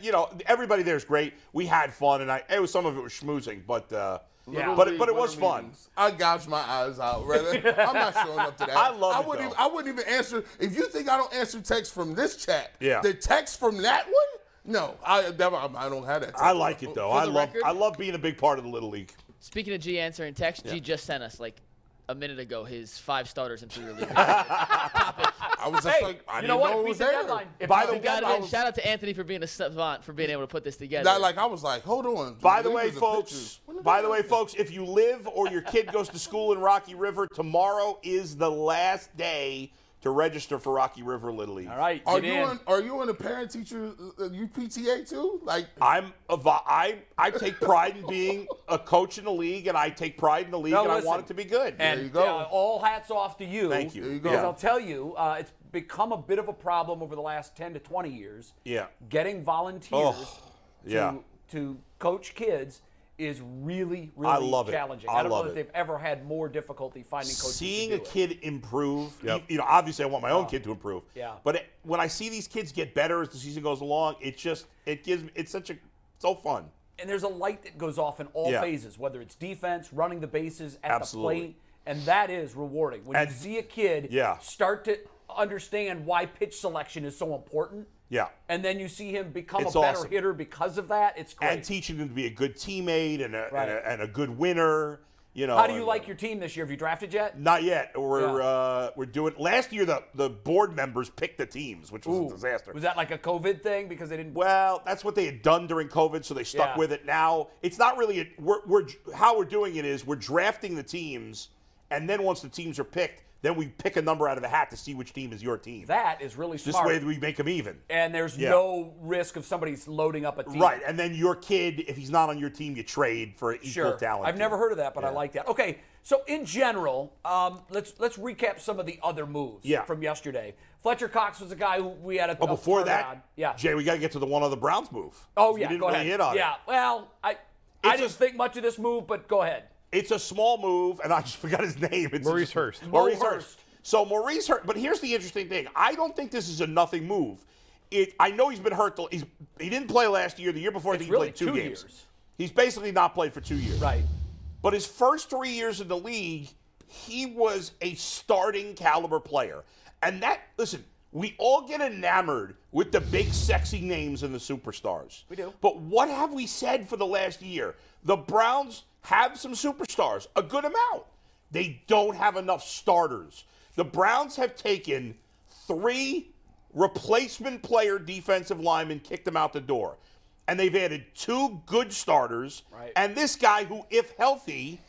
[SPEAKER 2] you know everybody there's great. We had fun, and I it was some of it was schmoozing, but uh,
[SPEAKER 1] Yeah.
[SPEAKER 2] but it- but it was
[SPEAKER 5] Winter
[SPEAKER 2] fun.
[SPEAKER 5] meetings. I gouged my eyes out, brother. I'm not showing up to that.
[SPEAKER 2] I love
[SPEAKER 5] I
[SPEAKER 2] it,
[SPEAKER 5] wouldn't
[SPEAKER 2] though.
[SPEAKER 5] even, I wouldn't even answer if you think I don't answer text from this chat.
[SPEAKER 2] Yeah.
[SPEAKER 5] The text from that one? No, I never, I I don't have that. Text.
[SPEAKER 2] I like it though.
[SPEAKER 4] For
[SPEAKER 2] I
[SPEAKER 4] the
[SPEAKER 2] love
[SPEAKER 4] record-
[SPEAKER 2] I love being a big part of the little league.
[SPEAKER 4] Speaking of G answering text, G just sent us like a minute ago his five starters and three relievers.
[SPEAKER 5] I was just
[SPEAKER 1] Hey,
[SPEAKER 5] like, I
[SPEAKER 1] you
[SPEAKER 5] didn't
[SPEAKER 1] know what?
[SPEAKER 5] it
[SPEAKER 1] We
[SPEAKER 5] was
[SPEAKER 1] did
[SPEAKER 5] there.
[SPEAKER 1] that line. If
[SPEAKER 2] By
[SPEAKER 1] you
[SPEAKER 2] the
[SPEAKER 1] think
[SPEAKER 2] way,
[SPEAKER 1] I
[SPEAKER 4] Shout
[SPEAKER 1] did-
[SPEAKER 4] out- shout out to Anthony for being a savant for being able to put this together.
[SPEAKER 5] That, like I was like, hold on.
[SPEAKER 2] By
[SPEAKER 5] dude,
[SPEAKER 2] the
[SPEAKER 5] these
[SPEAKER 2] way,
[SPEAKER 5] are
[SPEAKER 2] folks.
[SPEAKER 5] pictures. When did
[SPEAKER 2] By
[SPEAKER 5] they-
[SPEAKER 2] the way, folks. If you live or your kid goes to school in Rocky River, tomorrow is the last day to register for Rocky River Little League.
[SPEAKER 1] All right,
[SPEAKER 5] Are
[SPEAKER 1] get
[SPEAKER 5] you
[SPEAKER 1] in.
[SPEAKER 5] in? Are you in a parent teacher uh, you PTA too? Like
[SPEAKER 2] I'm a vi- I I take pride in being a coach in the league, and I take pride in the league,
[SPEAKER 1] No,
[SPEAKER 2] and I want
[SPEAKER 1] listen.
[SPEAKER 2] it to be good.
[SPEAKER 1] And
[SPEAKER 5] you go.
[SPEAKER 1] uh, all hats off to you.
[SPEAKER 2] Thank you. There you go.
[SPEAKER 1] Because
[SPEAKER 2] Yeah.
[SPEAKER 1] I'll tell you, uh, it's become a bit of a problem over the last 10 to 20 years.
[SPEAKER 2] Yeah.
[SPEAKER 1] Getting volunteers
[SPEAKER 2] Oh,
[SPEAKER 1] to,
[SPEAKER 2] yeah.
[SPEAKER 1] to coach kids is really, really
[SPEAKER 2] I love it.
[SPEAKER 1] challenging.
[SPEAKER 2] I
[SPEAKER 1] don't
[SPEAKER 2] love
[SPEAKER 1] know if
[SPEAKER 2] it.
[SPEAKER 1] they've ever had more difficulty finding coaches. to
[SPEAKER 2] seeing
[SPEAKER 1] do
[SPEAKER 2] a
[SPEAKER 1] it.
[SPEAKER 2] kid improve you, you know obviously i want my own kid to improve
[SPEAKER 1] Yeah.
[SPEAKER 2] but it, when i see these kids get better as the season goes along it just it gives me it's such a so fun
[SPEAKER 1] and there's a light that goes off in all
[SPEAKER 2] Yeah.
[SPEAKER 1] phases, whether it's defense, running the bases, at
[SPEAKER 2] Absolutely.
[SPEAKER 1] the plate, and that is rewarding. When
[SPEAKER 2] And-
[SPEAKER 1] you see a kid
[SPEAKER 2] Yeah.
[SPEAKER 1] start to understand why pitch selection is so important,
[SPEAKER 2] Yeah.
[SPEAKER 1] and then you see him become
[SPEAKER 2] It's
[SPEAKER 1] a better
[SPEAKER 2] awesome.
[SPEAKER 1] hitter because of that, it's great.
[SPEAKER 2] and teaching them to be a good teammate and a,
[SPEAKER 1] Right.
[SPEAKER 2] and, a and a good winner You know,
[SPEAKER 1] How do you
[SPEAKER 2] and-
[SPEAKER 1] like your team this year? Have you drafted yet?
[SPEAKER 2] Not yet. We're
[SPEAKER 1] Yeah.
[SPEAKER 2] uh, we're doing. Last year, the the board members picked the teams, which was
[SPEAKER 1] Ooh.
[SPEAKER 2] a disaster.
[SPEAKER 1] Was that like a COVID thing because they didn't?
[SPEAKER 2] Well, that's what they had done during COVID, so they stuck
[SPEAKER 1] Yeah.
[SPEAKER 2] with it. Now it's not really a, we're, we're how we're doing it is we're drafting the teams, and then once the teams are picked, then we pick a number out of a hat to see which team is your team.
[SPEAKER 1] that is really
[SPEAKER 2] this
[SPEAKER 1] smart.
[SPEAKER 2] way we make them even.
[SPEAKER 1] and there's
[SPEAKER 2] Yeah.
[SPEAKER 1] no risk of somebody's loading up a team.
[SPEAKER 2] Right, and then your kid, if he's not on your team, you trade for an equal
[SPEAKER 1] Sure.
[SPEAKER 2] talent.
[SPEAKER 1] I've
[SPEAKER 2] team.
[SPEAKER 1] never heard of that, but I
[SPEAKER 2] Yeah.
[SPEAKER 1] like that. Okay, so in general, um, let's let's recap some of the other moves
[SPEAKER 2] Yeah.
[SPEAKER 1] from yesterday. Fletcher Cox was a guy who we had a
[SPEAKER 2] Oh,
[SPEAKER 1] a
[SPEAKER 2] before
[SPEAKER 1] turn
[SPEAKER 2] that,
[SPEAKER 1] on. yeah.
[SPEAKER 2] Jay, we got to get to the one other Browns move.
[SPEAKER 1] oh
[SPEAKER 2] We
[SPEAKER 1] yeah,
[SPEAKER 2] didn't
[SPEAKER 1] go
[SPEAKER 2] really
[SPEAKER 1] ahead.
[SPEAKER 2] hit on it.
[SPEAKER 1] yeah. Well, I I
[SPEAKER 2] It's
[SPEAKER 1] didn't
[SPEAKER 2] just-
[SPEAKER 1] think much of this move, but go ahead.
[SPEAKER 2] It's a small move, and I just forgot his name. It's
[SPEAKER 3] Maurice
[SPEAKER 2] just-
[SPEAKER 3] Hurst.
[SPEAKER 2] Maurice
[SPEAKER 1] Mo
[SPEAKER 2] Hurst.
[SPEAKER 1] Hurst.
[SPEAKER 2] So Maurice Hurst. But here's the interesting thing. I don't think this is a nothing move. It, I know he's been hurt. the- He's, he didn't play last year. The year before, I
[SPEAKER 1] It's
[SPEAKER 2] think
[SPEAKER 1] really
[SPEAKER 2] he played two,
[SPEAKER 1] two
[SPEAKER 2] games.
[SPEAKER 1] years.
[SPEAKER 2] He's basically not played for two years.
[SPEAKER 1] Right.
[SPEAKER 2] But his first three years in the league, he was a starting caliber player. And that, listen, we all get enamored with the big, sexy names and the superstars. We
[SPEAKER 1] do.
[SPEAKER 2] But what have we said for the last year? The Browns have some superstars, a good amount. They don't have enough starters. The Browns have taken three replacement player defensive linemen, kicked them out the door. And they've added two good starters
[SPEAKER 1] Right.
[SPEAKER 2] and this guy, who, if healthy,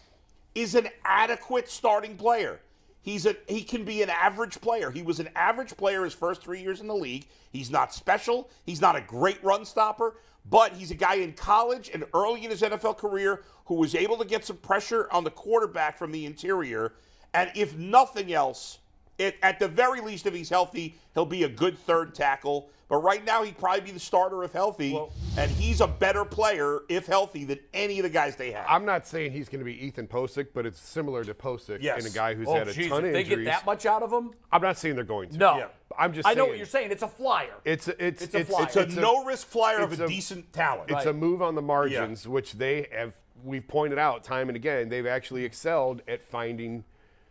[SPEAKER 2] is an adequate starting player. He's a he can be an average player. He was an average player his first three years in the league. He's not special. He's not a great run stopper, but he's a guy in college and early in his NFL career who was able to get some pressure on the quarterback from the interior. And if nothing else, it, at the very least, if he's healthy, he'll be a good third tackle. But right now, he'd probably be the starter if healthy, and he's a better player if healthy than any of the guys they have.
[SPEAKER 3] I'm not saying he's going to be Ethan Posick, but it's similar to Posick
[SPEAKER 2] Yes.
[SPEAKER 3] and a guy who's
[SPEAKER 1] Oh,
[SPEAKER 3] had a
[SPEAKER 1] geez,
[SPEAKER 3] ton
[SPEAKER 1] if
[SPEAKER 3] of
[SPEAKER 1] they
[SPEAKER 3] injuries.
[SPEAKER 1] get that much out of him?
[SPEAKER 3] I'm not saying they're going to.
[SPEAKER 1] No.
[SPEAKER 2] Yeah.
[SPEAKER 3] I'm just.
[SPEAKER 1] I
[SPEAKER 3] saying,
[SPEAKER 1] know what you're saying. It's a flyer.
[SPEAKER 3] It's a- it's
[SPEAKER 1] It's a flyer.
[SPEAKER 2] it's a no risk flyer of
[SPEAKER 3] it's
[SPEAKER 2] a, decent talent.
[SPEAKER 3] It's a move on the margins, which they have. We've pointed out time and again. They've actually excelled at finding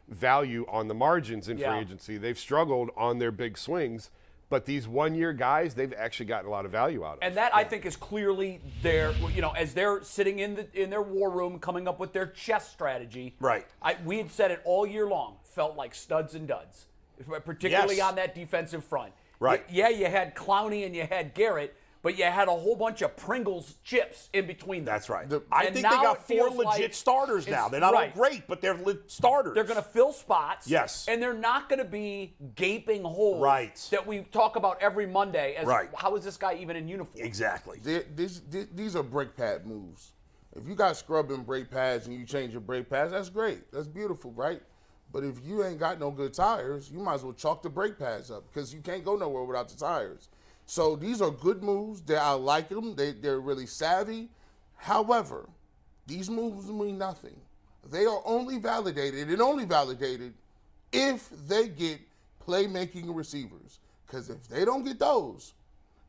[SPEAKER 3] value on the margins in
[SPEAKER 1] Yeah.
[SPEAKER 3] free agency. They've struggled on their big swings, but these one-year guys, they've actually gotten a lot of value out of.
[SPEAKER 1] And that I think is clearly their, you know, as they're sitting in the in their war room, coming up with their chess strategy.
[SPEAKER 2] Right.
[SPEAKER 1] I, we had said it all year long. Felt like studs and duds, particularly
[SPEAKER 2] Yes.
[SPEAKER 1] on that defensive front.
[SPEAKER 2] Right.
[SPEAKER 1] Y- yeah, you had Clowney and you had Garrett, but you had a whole bunch of Pringles chips in between. Them.
[SPEAKER 2] That's right. I
[SPEAKER 1] And
[SPEAKER 2] think they
[SPEAKER 1] now
[SPEAKER 2] got
[SPEAKER 1] it
[SPEAKER 2] four
[SPEAKER 1] feels
[SPEAKER 2] legit
[SPEAKER 1] like
[SPEAKER 2] starters
[SPEAKER 1] it's-
[SPEAKER 2] now. They're not all
[SPEAKER 1] right.
[SPEAKER 2] great, but they're le- starters.
[SPEAKER 1] They're going to fill spots.
[SPEAKER 2] Yes.
[SPEAKER 1] And they're not going to be gaping holes
[SPEAKER 2] Right.
[SPEAKER 1] that we talk about every Monday as
[SPEAKER 2] Right.
[SPEAKER 1] how is this guy even in uniform?
[SPEAKER 2] exactly.
[SPEAKER 5] They- These, these, these are brake pad moves. If you got scrubbing brake pads and you change your brake pads, that's great. That's beautiful, right? But if you ain't got no good tires, you might as well chalk the brake pads up because you can't go nowhere without the tires. So these are good moves. They, I like them. They, they're really savvy. However, these moves mean nothing. They are only validated and only validated if they get playmaking receivers. Because if they don't get those,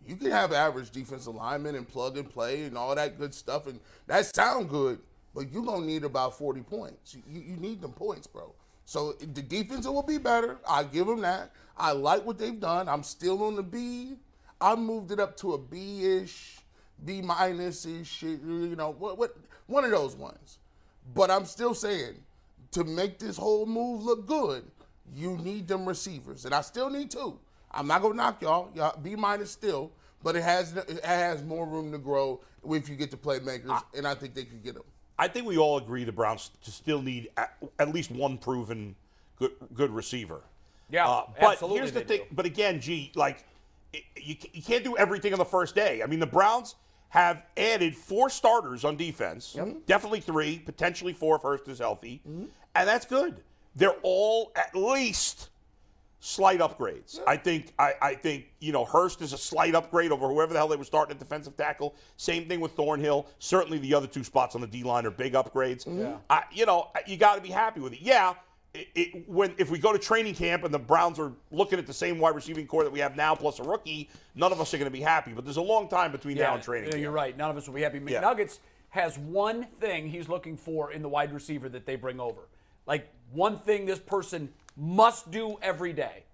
[SPEAKER 5] you can have average defensive linemen and plug and play and all that good stuff, and that sound good, but you're gonna need about 40 points. You, you need them points, bro. So the defense will be better. I give them that. I like what they've done. I'm still on the B. I moved it up to a B ish, B minus ish, you know, what, what, one of those ones. But I'm still saying to make this whole move look good, you need them receivers, and I still need two. I'm not gonna knock y'all. Y'all B minus still, but it has it has more room to grow if you get the playmakers, and I think they could get them.
[SPEAKER 2] I think we all agree the Browns to still need at, at least one proven good good receiver.
[SPEAKER 1] Yeah,
[SPEAKER 2] Uh, but
[SPEAKER 1] absolutely
[SPEAKER 2] here's the
[SPEAKER 1] they
[SPEAKER 2] thing.
[SPEAKER 1] do.
[SPEAKER 2] But again, G, like i- you, ca- you can't do everything on the first day. I mean, the Browns have added four starters on defense, definitely three, potentially four if Hurst is healthy,
[SPEAKER 1] Mm-hmm.
[SPEAKER 2] and that's good. They're all at least slight upgrades. I think I, I think you know Hurst is a slight upgrade over whoever the hell they were starting at defensive tackle. Same thing with Thornhill. Certainly the other two spots on the D line are big upgrades.
[SPEAKER 1] Mm-hmm.
[SPEAKER 2] I, you know I- you got to be happy with it. Yeah. It, it, when if we go to training camp and the Browns are looking at the same wide receiving core that we have now plus a rookie, none of us are going to be happy. But there's a long time between now and training
[SPEAKER 1] yeah,
[SPEAKER 2] camp.
[SPEAKER 1] You're right. None of us will be happy.
[SPEAKER 2] Yeah.
[SPEAKER 1] McNuggets has one thing he's looking for in the wide receiver that they bring over. Like one thing this person must do every day.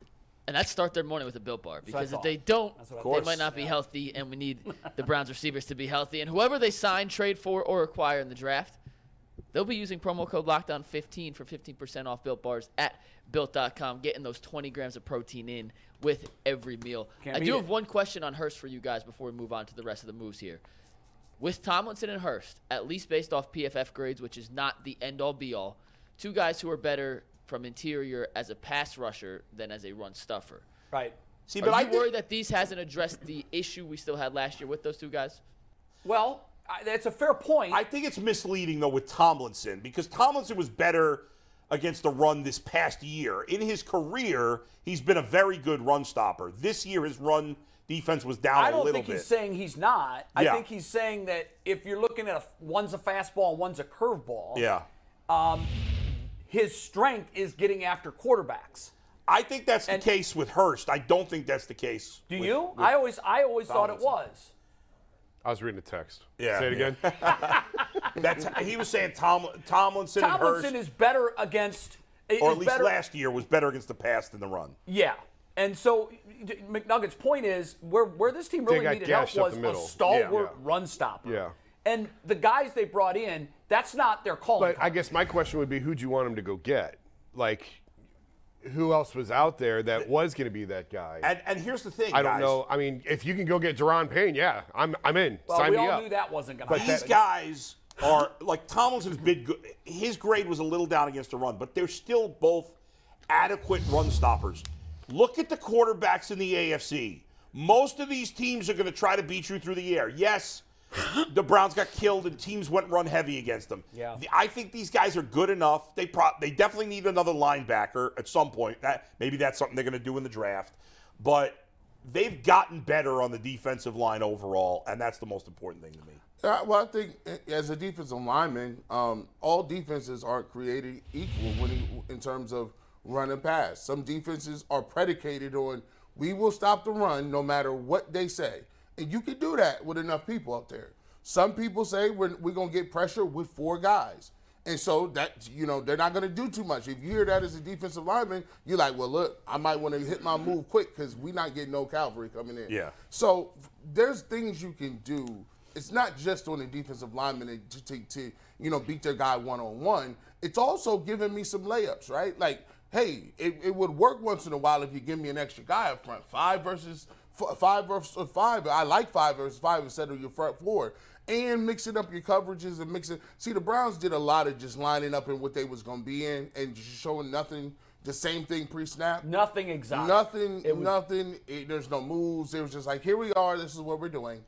[SPEAKER 4] And let's start their morning with a Built Bar because if
[SPEAKER 1] thought.
[SPEAKER 4] they don't,
[SPEAKER 1] That's what I
[SPEAKER 4] they
[SPEAKER 1] thought.
[SPEAKER 4] might not be healthy, and we need the Browns receivers to be healthy. And whoever they sign, trade for, or acquire in the draft, They'll be using promo code LOCKDOWN15 for 15% off Built Bars at Built.com, getting those 20 grams of protein in with every meal.
[SPEAKER 1] Can't
[SPEAKER 4] I
[SPEAKER 1] beat
[SPEAKER 4] do have
[SPEAKER 1] it.
[SPEAKER 4] one question on Hurst for you guys before we move on to the rest of the moves here. With Tomlinson and Hurst, at least based off PFF grades, which is not the end all be all, two guys who are better from interior as a pass rusher than as a run stuffer.
[SPEAKER 1] Right.
[SPEAKER 2] See,
[SPEAKER 4] Are
[SPEAKER 2] but I
[SPEAKER 4] you
[SPEAKER 2] think-
[SPEAKER 4] worried that these hasn't addressed the issue we still had last year with those two guys?
[SPEAKER 1] Well, I, that's a fair point.
[SPEAKER 2] I think it's misleading though with Tomlinson because Tomlinson was better against the run this past year. In his career, he's been a very good run stopper. This year, his run defense was down
[SPEAKER 1] I
[SPEAKER 2] a
[SPEAKER 1] don't
[SPEAKER 2] little
[SPEAKER 1] think
[SPEAKER 2] bit.
[SPEAKER 1] he's saying he's not. I
[SPEAKER 2] Yeah.
[SPEAKER 1] think he's saying that if you're looking at a, one's a fastball, and one's a curveball.
[SPEAKER 2] yeah,
[SPEAKER 1] His strength is getting after quarterbacks.
[SPEAKER 2] I think that's the case with Hurst. I don't think that's the case.
[SPEAKER 1] Do
[SPEAKER 2] with-
[SPEAKER 1] you?
[SPEAKER 2] with-
[SPEAKER 1] I always, I always thought it
[SPEAKER 2] Tomlinson.
[SPEAKER 1] was.
[SPEAKER 3] I was reading a text.
[SPEAKER 2] Yeah.
[SPEAKER 3] Say it again.
[SPEAKER 2] that's he was saying Tom, Tomlinson,
[SPEAKER 1] Tomlinson
[SPEAKER 2] and Hurst,
[SPEAKER 1] is better against,
[SPEAKER 2] or
[SPEAKER 1] is
[SPEAKER 2] at least
[SPEAKER 1] better-
[SPEAKER 2] last year was better against the pass than the run.
[SPEAKER 1] Yeah. And so d- McNugget's point is where where this team really
[SPEAKER 3] got
[SPEAKER 1] needed help
[SPEAKER 3] gashed up
[SPEAKER 1] was
[SPEAKER 3] the
[SPEAKER 1] a
[SPEAKER 3] middle.
[SPEAKER 1] stalwart
[SPEAKER 3] Yeah.
[SPEAKER 1] run stopper.
[SPEAKER 3] Yeah.
[SPEAKER 1] And the guys they brought in, that's not their calling.
[SPEAKER 3] But I guess my question would be, who'd you want him to go get? Like, who else was out there that was going to be that guy?
[SPEAKER 2] And and here's the thing,
[SPEAKER 3] I don't
[SPEAKER 2] guys.
[SPEAKER 3] know. I mean, if you can go get Jerron Payne, yeah, I'm I'm in.
[SPEAKER 1] well,
[SPEAKER 3] Sign
[SPEAKER 1] Uh, we
[SPEAKER 3] me
[SPEAKER 1] all
[SPEAKER 3] up.
[SPEAKER 1] knew that wasn't going to
[SPEAKER 2] But
[SPEAKER 1] happen.
[SPEAKER 2] these guys are like Tomlinson's been good. His grade was a little down against the run, but they're still both adequate run stoppers. Look at the quarterbacks in the AFC. Most of these teams are going to try to beat you through the air. Yes, the Browns got killed and teams went run heavy against them.
[SPEAKER 1] Yeah.
[SPEAKER 2] The- I think these guys are good enough. They pro- they definitely need another linebacker at some point. That maybe that's something they're going to do in the draft. But they've gotten better on the defensive line overall, and that's the most important thing to me.
[SPEAKER 5] Uh, well, I think a- as a defensive lineman, um, all defenses aren't created equal when it- in terms of run and pass. Some defenses are predicated on we will stop the run no matter what they say, and you can do that with enough people up there. Some people say we're, we're going to get pressure with four guys. And so that you know they're not going to do too much. If you hear that as a defensive lineman, you're like, well, look, I might want to hit my move quick because we not getting no cavalry coming in.
[SPEAKER 2] Yeah.
[SPEAKER 5] So f- there's things you can do. It's not just on the defensive lineman to- to, to, you know beat their guy one on one. It's also giving me some layups, right? Like, hey, it, it would work once in a while if you give me an extra guy up front, five versus f- five versus uh, five. I like five versus five instead of your front four, and mixing up your coverages and mixing. See, the Browns did a lot of just lining up in what they was gonna be in and just showing nothing. The same thing pre snap.
[SPEAKER 1] Nothing exotic.
[SPEAKER 5] Nothing.
[SPEAKER 1] It was-
[SPEAKER 5] nothing. It, there's no moves. It was just like, here we are. This is what we're doing.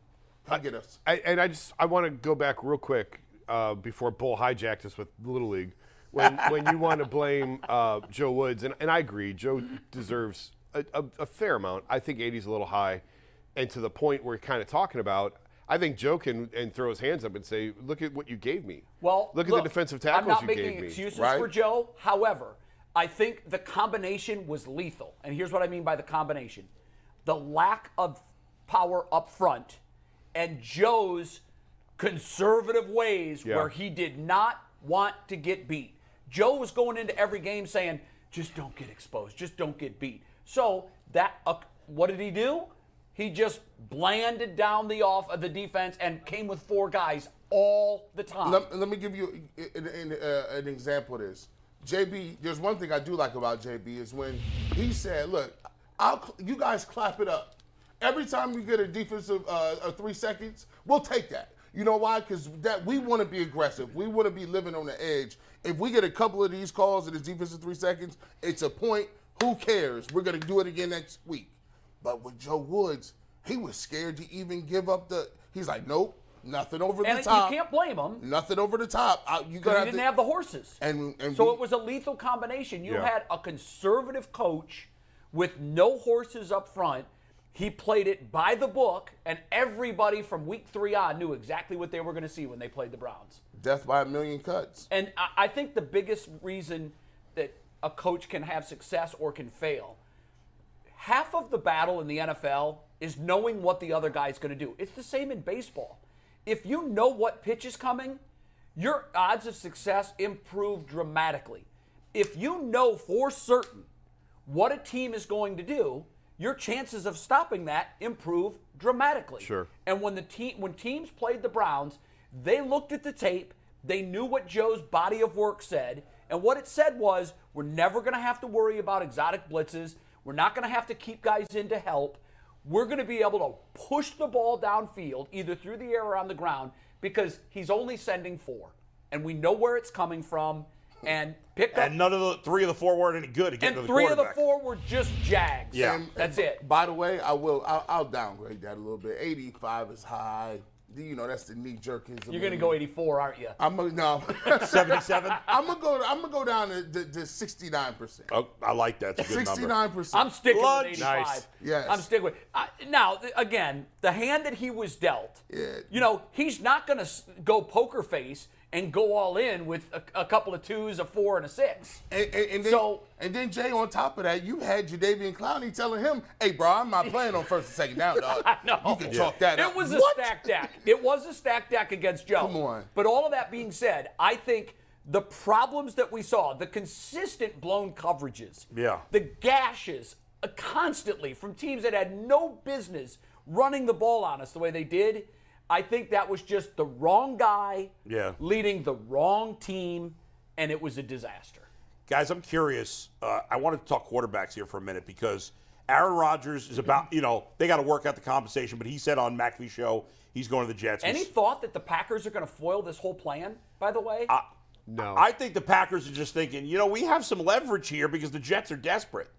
[SPEAKER 5] Come get us.
[SPEAKER 3] I, and I just I want to go back real quick uh, before Bull hijacked us with Little League. When when you want to blame uh, Joe Woods, and, and I agree, Joe deserves a, a, a fair amount. I think 80's a little high, and to the point we're kind of talking about. I think Joe can and throw his hands up and say, "Look at what you gave me.
[SPEAKER 1] Well,
[SPEAKER 3] look, at the defensive
[SPEAKER 1] I'm
[SPEAKER 3] tackles
[SPEAKER 1] not
[SPEAKER 3] you
[SPEAKER 1] making
[SPEAKER 3] gave me."
[SPEAKER 1] excuses
[SPEAKER 5] right?
[SPEAKER 1] for Joe. However, I think the combination was lethal. And here's what I mean by the combination the lack of power up front and Joe's conservative ways
[SPEAKER 3] Yeah.
[SPEAKER 1] where he did not want to get beat. Joe was going into every game saying, just don't get exposed, just don't get beat. So that uh, what did he do? He just blanded down the off of the defense and came with four guys all the time.
[SPEAKER 5] Let, let me give you an, an, uh, an example of this. JB, there's one thing I do like about JB is when he said, "Look, I'll cl- you guys clap it up every time we get a defensive uh, uh, three seconds. We'll take that. You know why? Because that we want to be aggressive. We want to be living on the edge. If we get a couple of these calls in the defensive three seconds, it's a point. Who cares? We're gonna do it again next week." But with Joe Woods, he was scared to even give up the. He's like, "Nope, nothing over
[SPEAKER 1] and
[SPEAKER 5] the
[SPEAKER 1] it-
[SPEAKER 5] top."
[SPEAKER 1] you can't blame him
[SPEAKER 5] nothing over the top. I, you
[SPEAKER 1] because
[SPEAKER 5] gotta
[SPEAKER 1] he didn't have the horses.
[SPEAKER 5] And- and
[SPEAKER 1] so
[SPEAKER 5] we-
[SPEAKER 1] it was a lethal combination. You
[SPEAKER 3] Yeah.
[SPEAKER 1] had a conservative coach with no horses up front. He played it by the book, and everybody from week three on knew exactly what they were going to see when they played the Browns.
[SPEAKER 5] death by a million cuts.
[SPEAKER 1] And I, I think the biggest reason that a coach can have success or can fail, half of the battle in the NFL is knowing what the other guy's going to do. It's the same in baseball. If you know what pitch is coming, your odds of success improve dramatically. If you know for certain what a team is going to do, your chances of stopping that improve dramatically.
[SPEAKER 3] Sure.
[SPEAKER 1] And when the team when teams played the Browns, they looked at the tape, They knew what Joe's body of work said, and what it said was we're never going to have to worry about exotic blitzes. We're not going to have to keep guys in to help. We're going to be able to push the ball downfield, either through the air or on the ground, because he's only sending four. And we know where it's coming from. And pick up.
[SPEAKER 2] And none of the three of the four weren't any good again
[SPEAKER 1] and
[SPEAKER 2] to the
[SPEAKER 1] three of the
[SPEAKER 2] quarterback.
[SPEAKER 1] four were just Jags.
[SPEAKER 2] Yeah.
[SPEAKER 5] And-
[SPEAKER 1] That's
[SPEAKER 5] and
[SPEAKER 1] it.
[SPEAKER 5] By the way, I will. I'll, I'll downgrade that a little bit. 85 is high. You know, that's the knee jerkism.
[SPEAKER 1] You're going to go 84, aren't you?
[SPEAKER 5] I'm gonna no.
[SPEAKER 2] 77?
[SPEAKER 5] I'm gonna go. I'm gonna go down to to- to 69 percent.
[SPEAKER 2] Oh, I like that. That's a good number.
[SPEAKER 5] 69 percent.
[SPEAKER 1] I'm sticking
[SPEAKER 2] Lunch.
[SPEAKER 1] with 85.
[SPEAKER 3] Nice.
[SPEAKER 5] Yes.
[SPEAKER 1] I'm sticking with. I, now, th- again, the hand that he was dealt,
[SPEAKER 5] Yeah.
[SPEAKER 1] you know, he's not going to go poker face and go all in with a, a couple of twos, a four, and a six.
[SPEAKER 5] And, and, and then,
[SPEAKER 1] So-
[SPEAKER 5] and then Jay, on top of that, you had Jadavian Clowney telling him, "Hey, bro, I'm not playing on first and second down, dog.
[SPEAKER 1] No.
[SPEAKER 5] You can chalk that up."
[SPEAKER 1] It was a
[SPEAKER 5] What?
[SPEAKER 1] stack deck. It was a stack deck against Joe.
[SPEAKER 5] Come on.
[SPEAKER 1] But all of that being said, I think the problems that we saw, the consistent blown coverages,
[SPEAKER 2] Yeah.
[SPEAKER 1] the gashes uh, constantly from teams that had no business running the ball on us the way they did, I think that was just the wrong guy
[SPEAKER 2] Yeah.
[SPEAKER 1] leading the wrong team, and it was a disaster.
[SPEAKER 2] Guys, I'm curious. Uh, I wanted to talk quarterbacks here for a minute because Aaron Rodgers is about, you know, they got to work out the compensation, but he said on McAfee show he's going to the Jets.
[SPEAKER 1] Any thought that the Packers are going to foil this whole plan, by the way?
[SPEAKER 3] No.
[SPEAKER 2] I think the Packers are just thinking, you know, we have some leverage here because the Jets are desperate.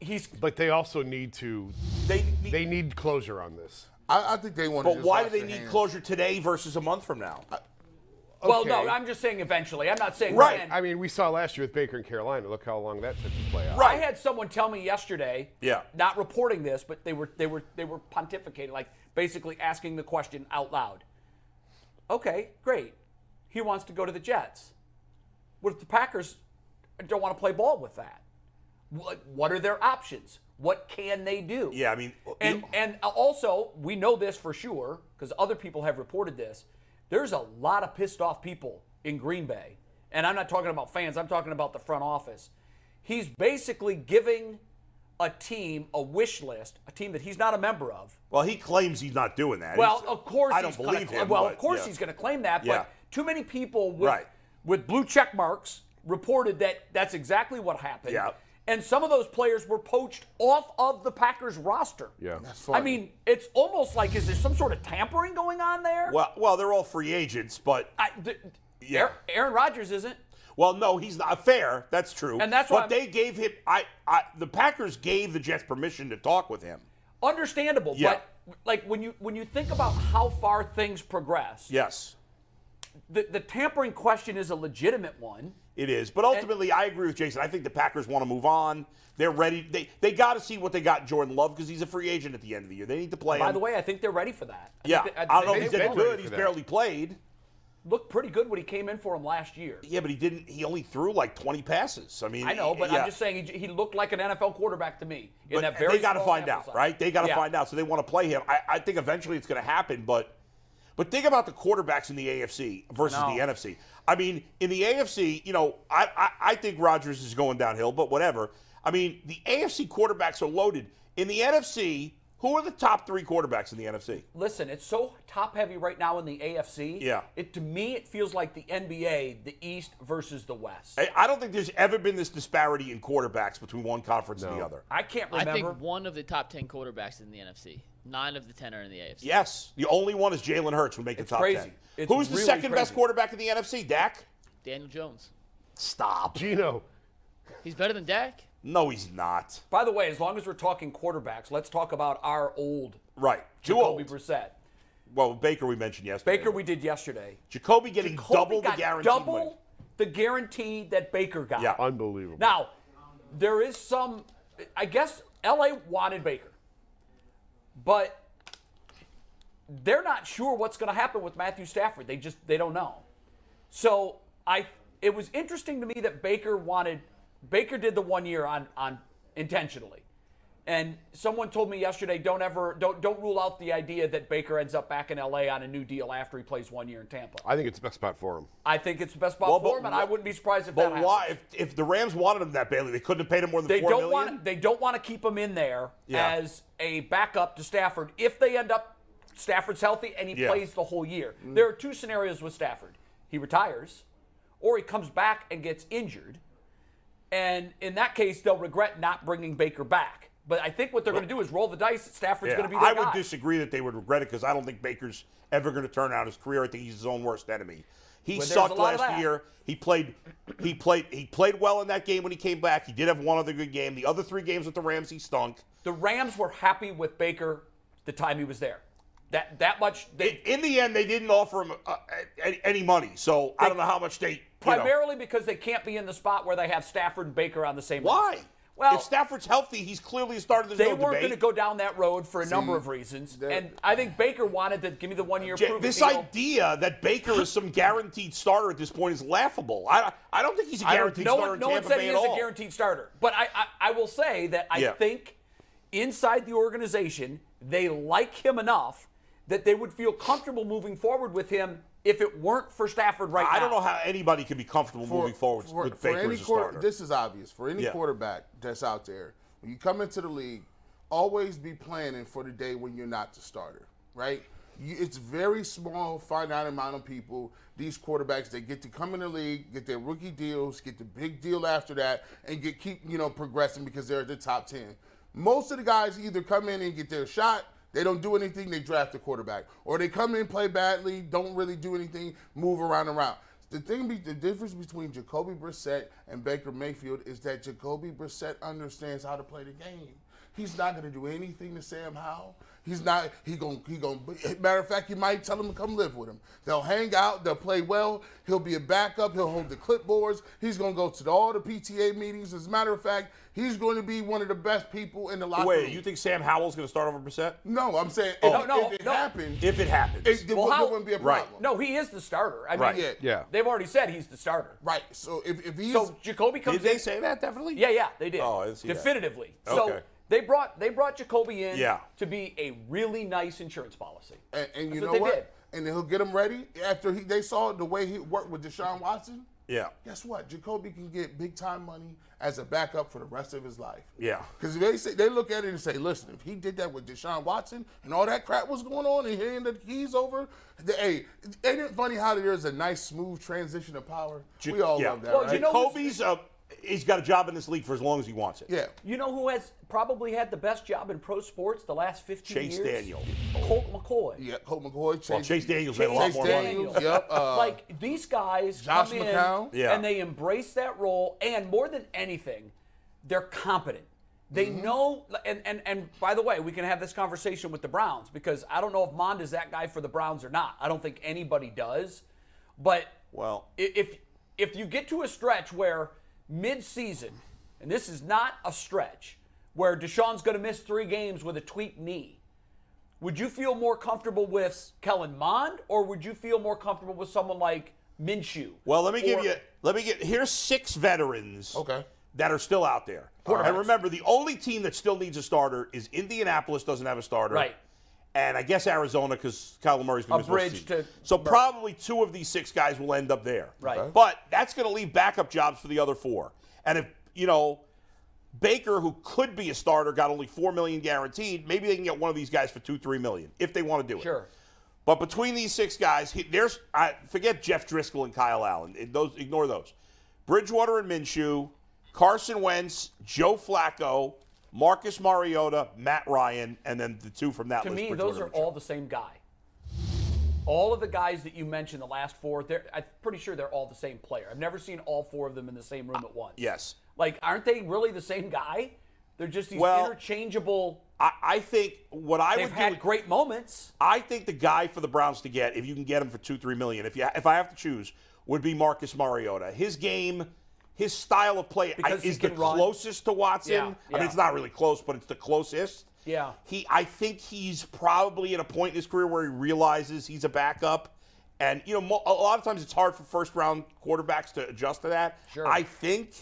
[SPEAKER 1] He's
[SPEAKER 3] but they also need to.
[SPEAKER 2] They,
[SPEAKER 3] They need closure on this.
[SPEAKER 5] I, I think they want.
[SPEAKER 2] but why do they need closure today versus a month from now?
[SPEAKER 1] Well,
[SPEAKER 3] Okay.
[SPEAKER 1] no, I'm just saying eventually. I'm not saying
[SPEAKER 2] Right.
[SPEAKER 1] when.
[SPEAKER 3] I mean, we saw last year with Baker and Carolina. Look how long that took to play out.
[SPEAKER 1] I had someone tell me yesterday.
[SPEAKER 2] Yeah.
[SPEAKER 1] Not reporting this, but they were they were they were pontificating, like basically asking the question out loud. Okay, great. He wants to go to the Jets. What if the Packers don't want to play ball with that? What, what are their options? What can they do?
[SPEAKER 2] Yeah, I mean,
[SPEAKER 1] and and also we know this for sure because other people have reported this. There's a lot of pissed off people in Green Bay, and I'm not talking about fans. I'm talking about the front office. He's basically giving a team a wish list, a team that he's not a member of.
[SPEAKER 2] well, he claims he's not doing that.
[SPEAKER 1] Well,
[SPEAKER 2] He's-
[SPEAKER 1] of course
[SPEAKER 2] I don't
[SPEAKER 1] he's
[SPEAKER 2] believe
[SPEAKER 1] gonna,
[SPEAKER 2] him.
[SPEAKER 1] Well,
[SPEAKER 2] but,
[SPEAKER 1] of course
[SPEAKER 2] yeah.
[SPEAKER 1] he's going to claim that, but
[SPEAKER 2] Yeah.
[SPEAKER 1] too many people with
[SPEAKER 2] Right.
[SPEAKER 1] with blue check marks reported that that's exactly what happened.
[SPEAKER 2] Yeah.
[SPEAKER 1] And some of those players were poached off of the Packers roster.
[SPEAKER 3] Yeah.
[SPEAKER 1] I mean, it's almost like is there some sort of tampering going on there?
[SPEAKER 2] Well, well, they're all free agents, but
[SPEAKER 1] I, th-
[SPEAKER 2] Yeah.
[SPEAKER 1] Aaron- Aaron Rodgers isn't.
[SPEAKER 2] well, no, he's not uh, fair. That's true.
[SPEAKER 1] And that's why
[SPEAKER 2] But they gave him. I, I, the Packers gave the Jets permission to talk with him.
[SPEAKER 1] Understandable,
[SPEAKER 2] Yeah.
[SPEAKER 1] but like when you when you think about how far things progress,
[SPEAKER 2] Yes,
[SPEAKER 1] the, the tampering question is a legitimate one.
[SPEAKER 2] it is. But ultimately, I agree with Jason. I think the Packers want to move on. They're ready. They they got to see what they got in Jordan Love because he's a free agent at the end of the year. They need to play
[SPEAKER 1] By
[SPEAKER 2] him.
[SPEAKER 1] the way, I think they're ready for that. I
[SPEAKER 2] yeah,
[SPEAKER 1] think they-
[SPEAKER 2] I don't know if
[SPEAKER 1] think
[SPEAKER 2] he's
[SPEAKER 1] they
[SPEAKER 3] they've
[SPEAKER 1] will
[SPEAKER 2] that
[SPEAKER 3] been ready
[SPEAKER 2] good.
[SPEAKER 3] for
[SPEAKER 2] He's
[SPEAKER 3] that.
[SPEAKER 2] barely played.
[SPEAKER 1] looked pretty good when he came in for him last year.
[SPEAKER 2] Yeah, but he didn't. He only threw like 20 passes. I mean,
[SPEAKER 1] I know, but
[SPEAKER 2] yeah.
[SPEAKER 1] I'm just saying he, he looked like an NFL quarterback to me in
[SPEAKER 2] But
[SPEAKER 1] that very.
[SPEAKER 2] they got to
[SPEAKER 1] small
[SPEAKER 2] find
[SPEAKER 1] sample
[SPEAKER 2] out,
[SPEAKER 1] size.
[SPEAKER 2] right? They got to
[SPEAKER 1] Yeah.
[SPEAKER 2] find out. So they want to play him. I, I think eventually it's going to happen, but but think about the quarterbacks in the AFC versus
[SPEAKER 1] I know.
[SPEAKER 2] the NFC. I mean, in the AFC, you know, I, I I think Rodgers is going downhill, but whatever. I mean, the AFC quarterbacks are loaded. In the NFC, who are the top three quarterbacks in the NFC?
[SPEAKER 1] Listen, it's so top heavy right now in the AFC.
[SPEAKER 2] Yeah.
[SPEAKER 1] It to me it feels like the NBA, the East versus the West. I,
[SPEAKER 2] I, I don't think there's ever been this disparity in quarterbacks between one conference and the other.
[SPEAKER 1] can't
[SPEAKER 4] I
[SPEAKER 1] remember.
[SPEAKER 4] think one of the top ten quarterbacks is in the NFC. Nine of the ten are in the AFC.
[SPEAKER 2] Yes, the only one is Jalen Hurts who make the
[SPEAKER 1] It's
[SPEAKER 2] top
[SPEAKER 1] crazy.
[SPEAKER 2] ten.
[SPEAKER 1] It's
[SPEAKER 2] Who's the
[SPEAKER 1] really
[SPEAKER 2] second best
[SPEAKER 1] crazy.
[SPEAKER 2] quarterback in the NFC? Dak.
[SPEAKER 4] Daniel Jones.
[SPEAKER 2] Stop.
[SPEAKER 3] Gino.
[SPEAKER 4] He's better than Dak.
[SPEAKER 2] No, he's not.
[SPEAKER 1] By the way, as long as we're talking quarterbacks, let's talk about our old
[SPEAKER 2] Right. Too
[SPEAKER 1] Jacoby
[SPEAKER 2] old.
[SPEAKER 1] Brissett.
[SPEAKER 2] Well, Baker we mentioned yesterday.
[SPEAKER 1] Baker we did yesterday.
[SPEAKER 2] Jacoby getting
[SPEAKER 1] Jacoby
[SPEAKER 2] double the
[SPEAKER 1] got
[SPEAKER 2] guaranteed
[SPEAKER 1] double
[SPEAKER 2] win.
[SPEAKER 1] the guarantee that Baker got.
[SPEAKER 2] Yeah.
[SPEAKER 3] Unbelievable.
[SPEAKER 1] Now, there is some. I guess LA wanted Baker, but they're not sure what's going to happen with Matthew Stafford. They just they don't know. So I it was interesting to me that Baker wanted Baker did the one year on on intentionally. And someone told me yesterday, don't ever don't don't rule out the idea that Baker ends up back in LA on a new deal after he plays one year in Tampa.
[SPEAKER 3] I think it's the best spot for him.
[SPEAKER 1] I think it's the best spot
[SPEAKER 2] Well,
[SPEAKER 1] for
[SPEAKER 2] but
[SPEAKER 1] him, and I
[SPEAKER 2] wh-
[SPEAKER 1] wouldn't be surprised if that
[SPEAKER 2] But
[SPEAKER 1] happens.
[SPEAKER 2] why? If, if the Rams wanted him that badly, they couldn't have paid him more than
[SPEAKER 1] They
[SPEAKER 2] four
[SPEAKER 1] don't
[SPEAKER 2] million?
[SPEAKER 1] want they don't want to keep him in there
[SPEAKER 2] Yeah.
[SPEAKER 1] as a backup to Stafford if they end up Stafford's healthy and he
[SPEAKER 2] Yeah. Mm.
[SPEAKER 1] plays the whole year. There are two scenarios with Stafford. he retires, or he comes back and gets injured. And in that case, they'll regret not bringing Baker back. But I think what they're going to do is roll the dice. Stafford's
[SPEAKER 2] Yeah,
[SPEAKER 1] going to be their
[SPEAKER 2] I would
[SPEAKER 1] guy.
[SPEAKER 2] disagree that they would regret it because I don't think Baker's ever going to turn out his career. I think he's his own worst enemy. He
[SPEAKER 1] Well, there's a
[SPEAKER 2] sucked
[SPEAKER 1] lot of
[SPEAKER 2] last
[SPEAKER 1] that.
[SPEAKER 2] year. He played, he played, he played well in that game when he came back. He did have one other good game. The other three games with the Rams, he stunk.
[SPEAKER 1] the Rams were happy with Baker the time he was there. That that much they
[SPEAKER 2] In, in the end, they didn't offer him uh, a- any money, so I don't know how much they. you know.
[SPEAKER 1] primarily because they can't be in the spot where they have Stafford and Baker on the same.
[SPEAKER 2] why?
[SPEAKER 1] roster. Well,
[SPEAKER 2] if Stafford's healthy, he's clearly started.
[SPEAKER 1] they
[SPEAKER 2] no
[SPEAKER 1] weren't
[SPEAKER 2] debate.
[SPEAKER 1] going to go down that road for a number of reasons,
[SPEAKER 5] that-
[SPEAKER 1] and I think Baker wanted to give me the one year.
[SPEAKER 2] Ja-
[SPEAKER 1] proof
[SPEAKER 2] this
[SPEAKER 1] deal.
[SPEAKER 2] idea that Baker is some guaranteed starter at this point is laughable. I I don't think he's
[SPEAKER 1] I
[SPEAKER 2] a
[SPEAKER 1] don't-
[SPEAKER 2] guaranteed
[SPEAKER 1] no
[SPEAKER 2] starter
[SPEAKER 1] one,
[SPEAKER 2] in
[SPEAKER 1] no one
[SPEAKER 2] Tampa
[SPEAKER 1] said
[SPEAKER 2] Bay
[SPEAKER 1] he
[SPEAKER 2] at
[SPEAKER 1] is
[SPEAKER 2] all.
[SPEAKER 1] a guaranteed starter, but I, I I will say that I
[SPEAKER 2] Yeah.
[SPEAKER 1] think inside the organization they like him enough that they would feel comfortable moving forward with him if it weren't for Stafford right now.
[SPEAKER 2] I don't know how anybody could be comfortable
[SPEAKER 5] for-
[SPEAKER 2] moving forward
[SPEAKER 5] for-
[SPEAKER 2] with
[SPEAKER 5] for
[SPEAKER 2] Baker
[SPEAKER 5] any
[SPEAKER 2] as a
[SPEAKER 5] quarter-
[SPEAKER 2] starter.
[SPEAKER 5] This is obvious for any
[SPEAKER 2] Yeah.
[SPEAKER 5] quarterback that's out there. When you come into the league, always be planning for the day when you're not the starter, right? You, it's very small, finite amount of people. These quarterbacks they get to come in the league, get their rookie deals, get the big deal after that, and get keep you know progressing because they're at the top ten. Most of the guys either come in and get their shot. They don't do anything. They draft a quarterback, or they come in play badly, don't really do anything, move around and around. The thing, be, the difference between Jacoby Brissett and Baker Mayfield is that Jacoby Brissett understands how to play the game. He's not going to do anything to Sam Howell. He's not. He going he going matter of fact, he might tell him to come live with him. They'll hang out. They'll play well. He'll be a backup. He'll hold the clipboards. He's going to go to the, all the PTA meetings. As a matter of fact, he's going to be one of the best people in the locker
[SPEAKER 2] Wait,
[SPEAKER 5] room.
[SPEAKER 2] you think Sam Howell's going to start over Brissett?
[SPEAKER 5] No, I'm saying if,
[SPEAKER 1] No, no,
[SPEAKER 5] if it
[SPEAKER 1] no.
[SPEAKER 5] happened,
[SPEAKER 2] If it happens.
[SPEAKER 5] it, there
[SPEAKER 1] Well,
[SPEAKER 5] wou- there
[SPEAKER 1] how-
[SPEAKER 5] wouldn't be a
[SPEAKER 2] Right.
[SPEAKER 5] problem.
[SPEAKER 1] No, he is the starter. I mean,
[SPEAKER 2] Right.
[SPEAKER 5] Yeah.
[SPEAKER 3] Yeah.
[SPEAKER 1] they've already said he's the starter.
[SPEAKER 5] Right. So if if he's
[SPEAKER 1] So Jacoby comes
[SPEAKER 2] Did they
[SPEAKER 1] in.
[SPEAKER 2] say that, definitely?
[SPEAKER 1] Yeah, yeah, they did.
[SPEAKER 2] Oh, I didn't see that.
[SPEAKER 1] Definitively. So
[SPEAKER 2] Okay.
[SPEAKER 1] they brought they brought Jacoby in
[SPEAKER 2] Yeah.
[SPEAKER 1] to be a really nice insurance policy.
[SPEAKER 5] And, and you
[SPEAKER 1] That's what
[SPEAKER 5] know
[SPEAKER 1] they
[SPEAKER 5] what?
[SPEAKER 1] did.
[SPEAKER 5] And he'll get him ready after he, they saw the way he worked with Deshaun Watson.
[SPEAKER 2] Yeah.
[SPEAKER 5] Guess what? Jacoby can get big time money as a backup for the rest of his life.
[SPEAKER 2] Yeah.
[SPEAKER 5] Because they say they look at it and say, listen, if he did that with Deshaun Watson and all that crap was going on and handing the keys over, the, hey, ain't it funny how there's a nice smooth transition of power?
[SPEAKER 2] Ju-
[SPEAKER 5] we all
[SPEAKER 2] yeah.
[SPEAKER 5] love that,
[SPEAKER 1] Well,
[SPEAKER 5] right?
[SPEAKER 1] you know who's-
[SPEAKER 2] Jacoby's, uh, he's got a job in this league for as long as he wants it.
[SPEAKER 5] yeah.
[SPEAKER 1] You know who has probably had the best job in pro sports the last 15
[SPEAKER 2] Chase
[SPEAKER 1] years?
[SPEAKER 2] Daniel.
[SPEAKER 1] Colt McCoy.
[SPEAKER 5] Yeah, Colt McCoy, Chase,
[SPEAKER 2] Well, Chase Daniels made a lot
[SPEAKER 5] Chase
[SPEAKER 2] more money.
[SPEAKER 5] Daniels, yep, uh,
[SPEAKER 1] like these guys
[SPEAKER 5] Josh
[SPEAKER 1] come in
[SPEAKER 5] McCown?
[SPEAKER 2] Yeah.
[SPEAKER 1] and they embrace that role and more than anything, they're competent. They
[SPEAKER 5] Mm-hmm.
[SPEAKER 1] know and, and and by the way, we can have this conversation with the Browns because I don't know if Mond is that guy for the Browns or not. I don't think anybody does. But
[SPEAKER 2] Well-
[SPEAKER 1] i- if if you get to a stretch where mid-season, and this is not a stretch, where Deshaun's going to miss three games with a tweaked knee, would you feel more comfortable with Kellen Mond, or would you feel more comfortable with someone like Minshew?
[SPEAKER 2] Well, let me give
[SPEAKER 1] Or-
[SPEAKER 2] you, let me get, here's six veterans.
[SPEAKER 5] Okay.
[SPEAKER 2] That are still out there. And remember, the only team that still needs a starter is Indianapolis doesn't have a starter.
[SPEAKER 1] Right.
[SPEAKER 2] and I guess Arizona because Kyler Murray's going
[SPEAKER 1] A
[SPEAKER 2] to miss most
[SPEAKER 1] bridge
[SPEAKER 2] of the season.
[SPEAKER 1] to-
[SPEAKER 2] so probably two of these six guys will end up there.
[SPEAKER 1] Right. Okay.
[SPEAKER 2] But that's going to leave backup jobs for the other four. And if you know Baker, who could be a starter, got only four million guaranteed, maybe they can get one of these guys for two, three million if they want to do it.
[SPEAKER 1] Sure.
[SPEAKER 2] But between these six guys, he, there's I forget Jeff Driscoll and Kyle Allen. It- Those ignore those. Bridgewater and Minshew, Carson Wentz, Joe Flacco, Marcus Mariota, Matt Ryan, and then the two from that
[SPEAKER 1] To
[SPEAKER 2] list.
[SPEAKER 1] me,
[SPEAKER 2] Bridgewater
[SPEAKER 1] those are
[SPEAKER 2] and Minshew.
[SPEAKER 1] all the same guy. All of the guys that you mentioned, the last four, they're, I'm pretty sure they're all the same player. I've never seen all four of them in the same room at once.
[SPEAKER 2] Yes.
[SPEAKER 1] Like, aren't they really the same guy? They're just these
[SPEAKER 2] Well,
[SPEAKER 1] interchangeable.
[SPEAKER 2] I, I think what I
[SPEAKER 1] They've
[SPEAKER 2] would do.
[SPEAKER 1] had great moments.
[SPEAKER 2] I think the guy for the Browns to get, if you can get him for two, three million, if you if I have to choose, would be Marcus Mariota. His game, his style of play I,
[SPEAKER 1] Because he
[SPEAKER 2] is the
[SPEAKER 1] can run.
[SPEAKER 2] closest to Watson.
[SPEAKER 1] Yeah,
[SPEAKER 2] I mean,
[SPEAKER 1] yeah.
[SPEAKER 2] it's not really close, but it's the closest.
[SPEAKER 1] Yeah.
[SPEAKER 2] He, I think he's probably at a point in his career where he realizes he's a backup. And, you know, mo- a lot of times it's hard for first round quarterbacks to adjust to that.
[SPEAKER 1] Sure.
[SPEAKER 2] I think,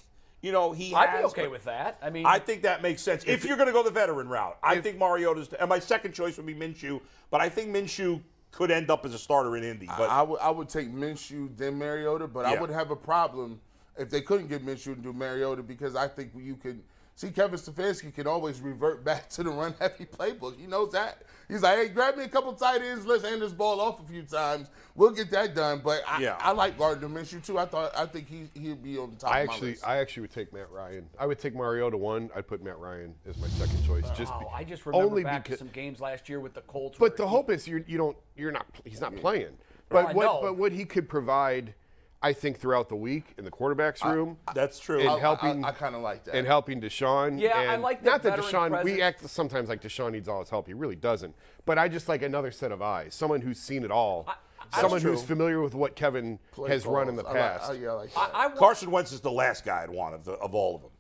[SPEAKER 2] you know, he
[SPEAKER 1] I'd be
[SPEAKER 2] has,
[SPEAKER 1] okay
[SPEAKER 2] but-
[SPEAKER 1] with that. I mean,
[SPEAKER 2] I think that makes sense. If, you're going to go the veteran route, I think Mariota's. And my second choice would be Minshew, but I think Minshew could end up as a starter in Indy. But
[SPEAKER 5] I would I would take Minshew then Mariota, but I
[SPEAKER 2] Yeah.
[SPEAKER 5] would have a problem if they couldn't get Minshew and do Mariota because I think you could See, Kevin Stefanski can always revert back to the run heavy playbook. He knows that. He's like, hey, grab me a couple tight ends. Let's hand this ball off a few times. We'll get that done. But I,
[SPEAKER 2] Yeah.
[SPEAKER 5] I like Gardner Minshew too. I thought I think he he'd be on the top.
[SPEAKER 3] I
[SPEAKER 5] of my
[SPEAKER 3] actually,
[SPEAKER 5] list.
[SPEAKER 3] I actually would take Matt Ryan. I would take Mariota one. I'd put Matt Ryan as my second choice. Just
[SPEAKER 1] Wow,
[SPEAKER 3] be-
[SPEAKER 1] Oh, I just remember
[SPEAKER 3] only
[SPEAKER 1] back
[SPEAKER 3] because,
[SPEAKER 1] to some games last year with the Colts.
[SPEAKER 3] But the
[SPEAKER 1] whole.
[SPEAKER 3] hope is you you don't you're not he's not playing. But
[SPEAKER 1] I
[SPEAKER 3] what
[SPEAKER 1] know.
[SPEAKER 3] but what he could provide, I think throughout the week in the quarterbacks room.
[SPEAKER 2] That's true.
[SPEAKER 3] And
[SPEAKER 2] I- I-
[SPEAKER 3] helping,
[SPEAKER 5] I kinda like that.
[SPEAKER 3] And helping Deshaun.
[SPEAKER 1] Yeah, I
[SPEAKER 3] and
[SPEAKER 1] like that
[SPEAKER 3] Not that
[SPEAKER 1] veteran
[SPEAKER 3] Deshaun,
[SPEAKER 1] presence.
[SPEAKER 3] we act sometimes like Deshaun needs all his help. He really doesn't. But I just like another set of eyes, someone who's seen it all, someone who's familiar with what Kevin
[SPEAKER 5] Play
[SPEAKER 3] has run in the
[SPEAKER 5] calls. I like-
[SPEAKER 3] past.
[SPEAKER 5] oh, yeah, I like that.
[SPEAKER 1] I, I want,
[SPEAKER 2] Carson Wentz is the last guy I'd want of, the, of all of them.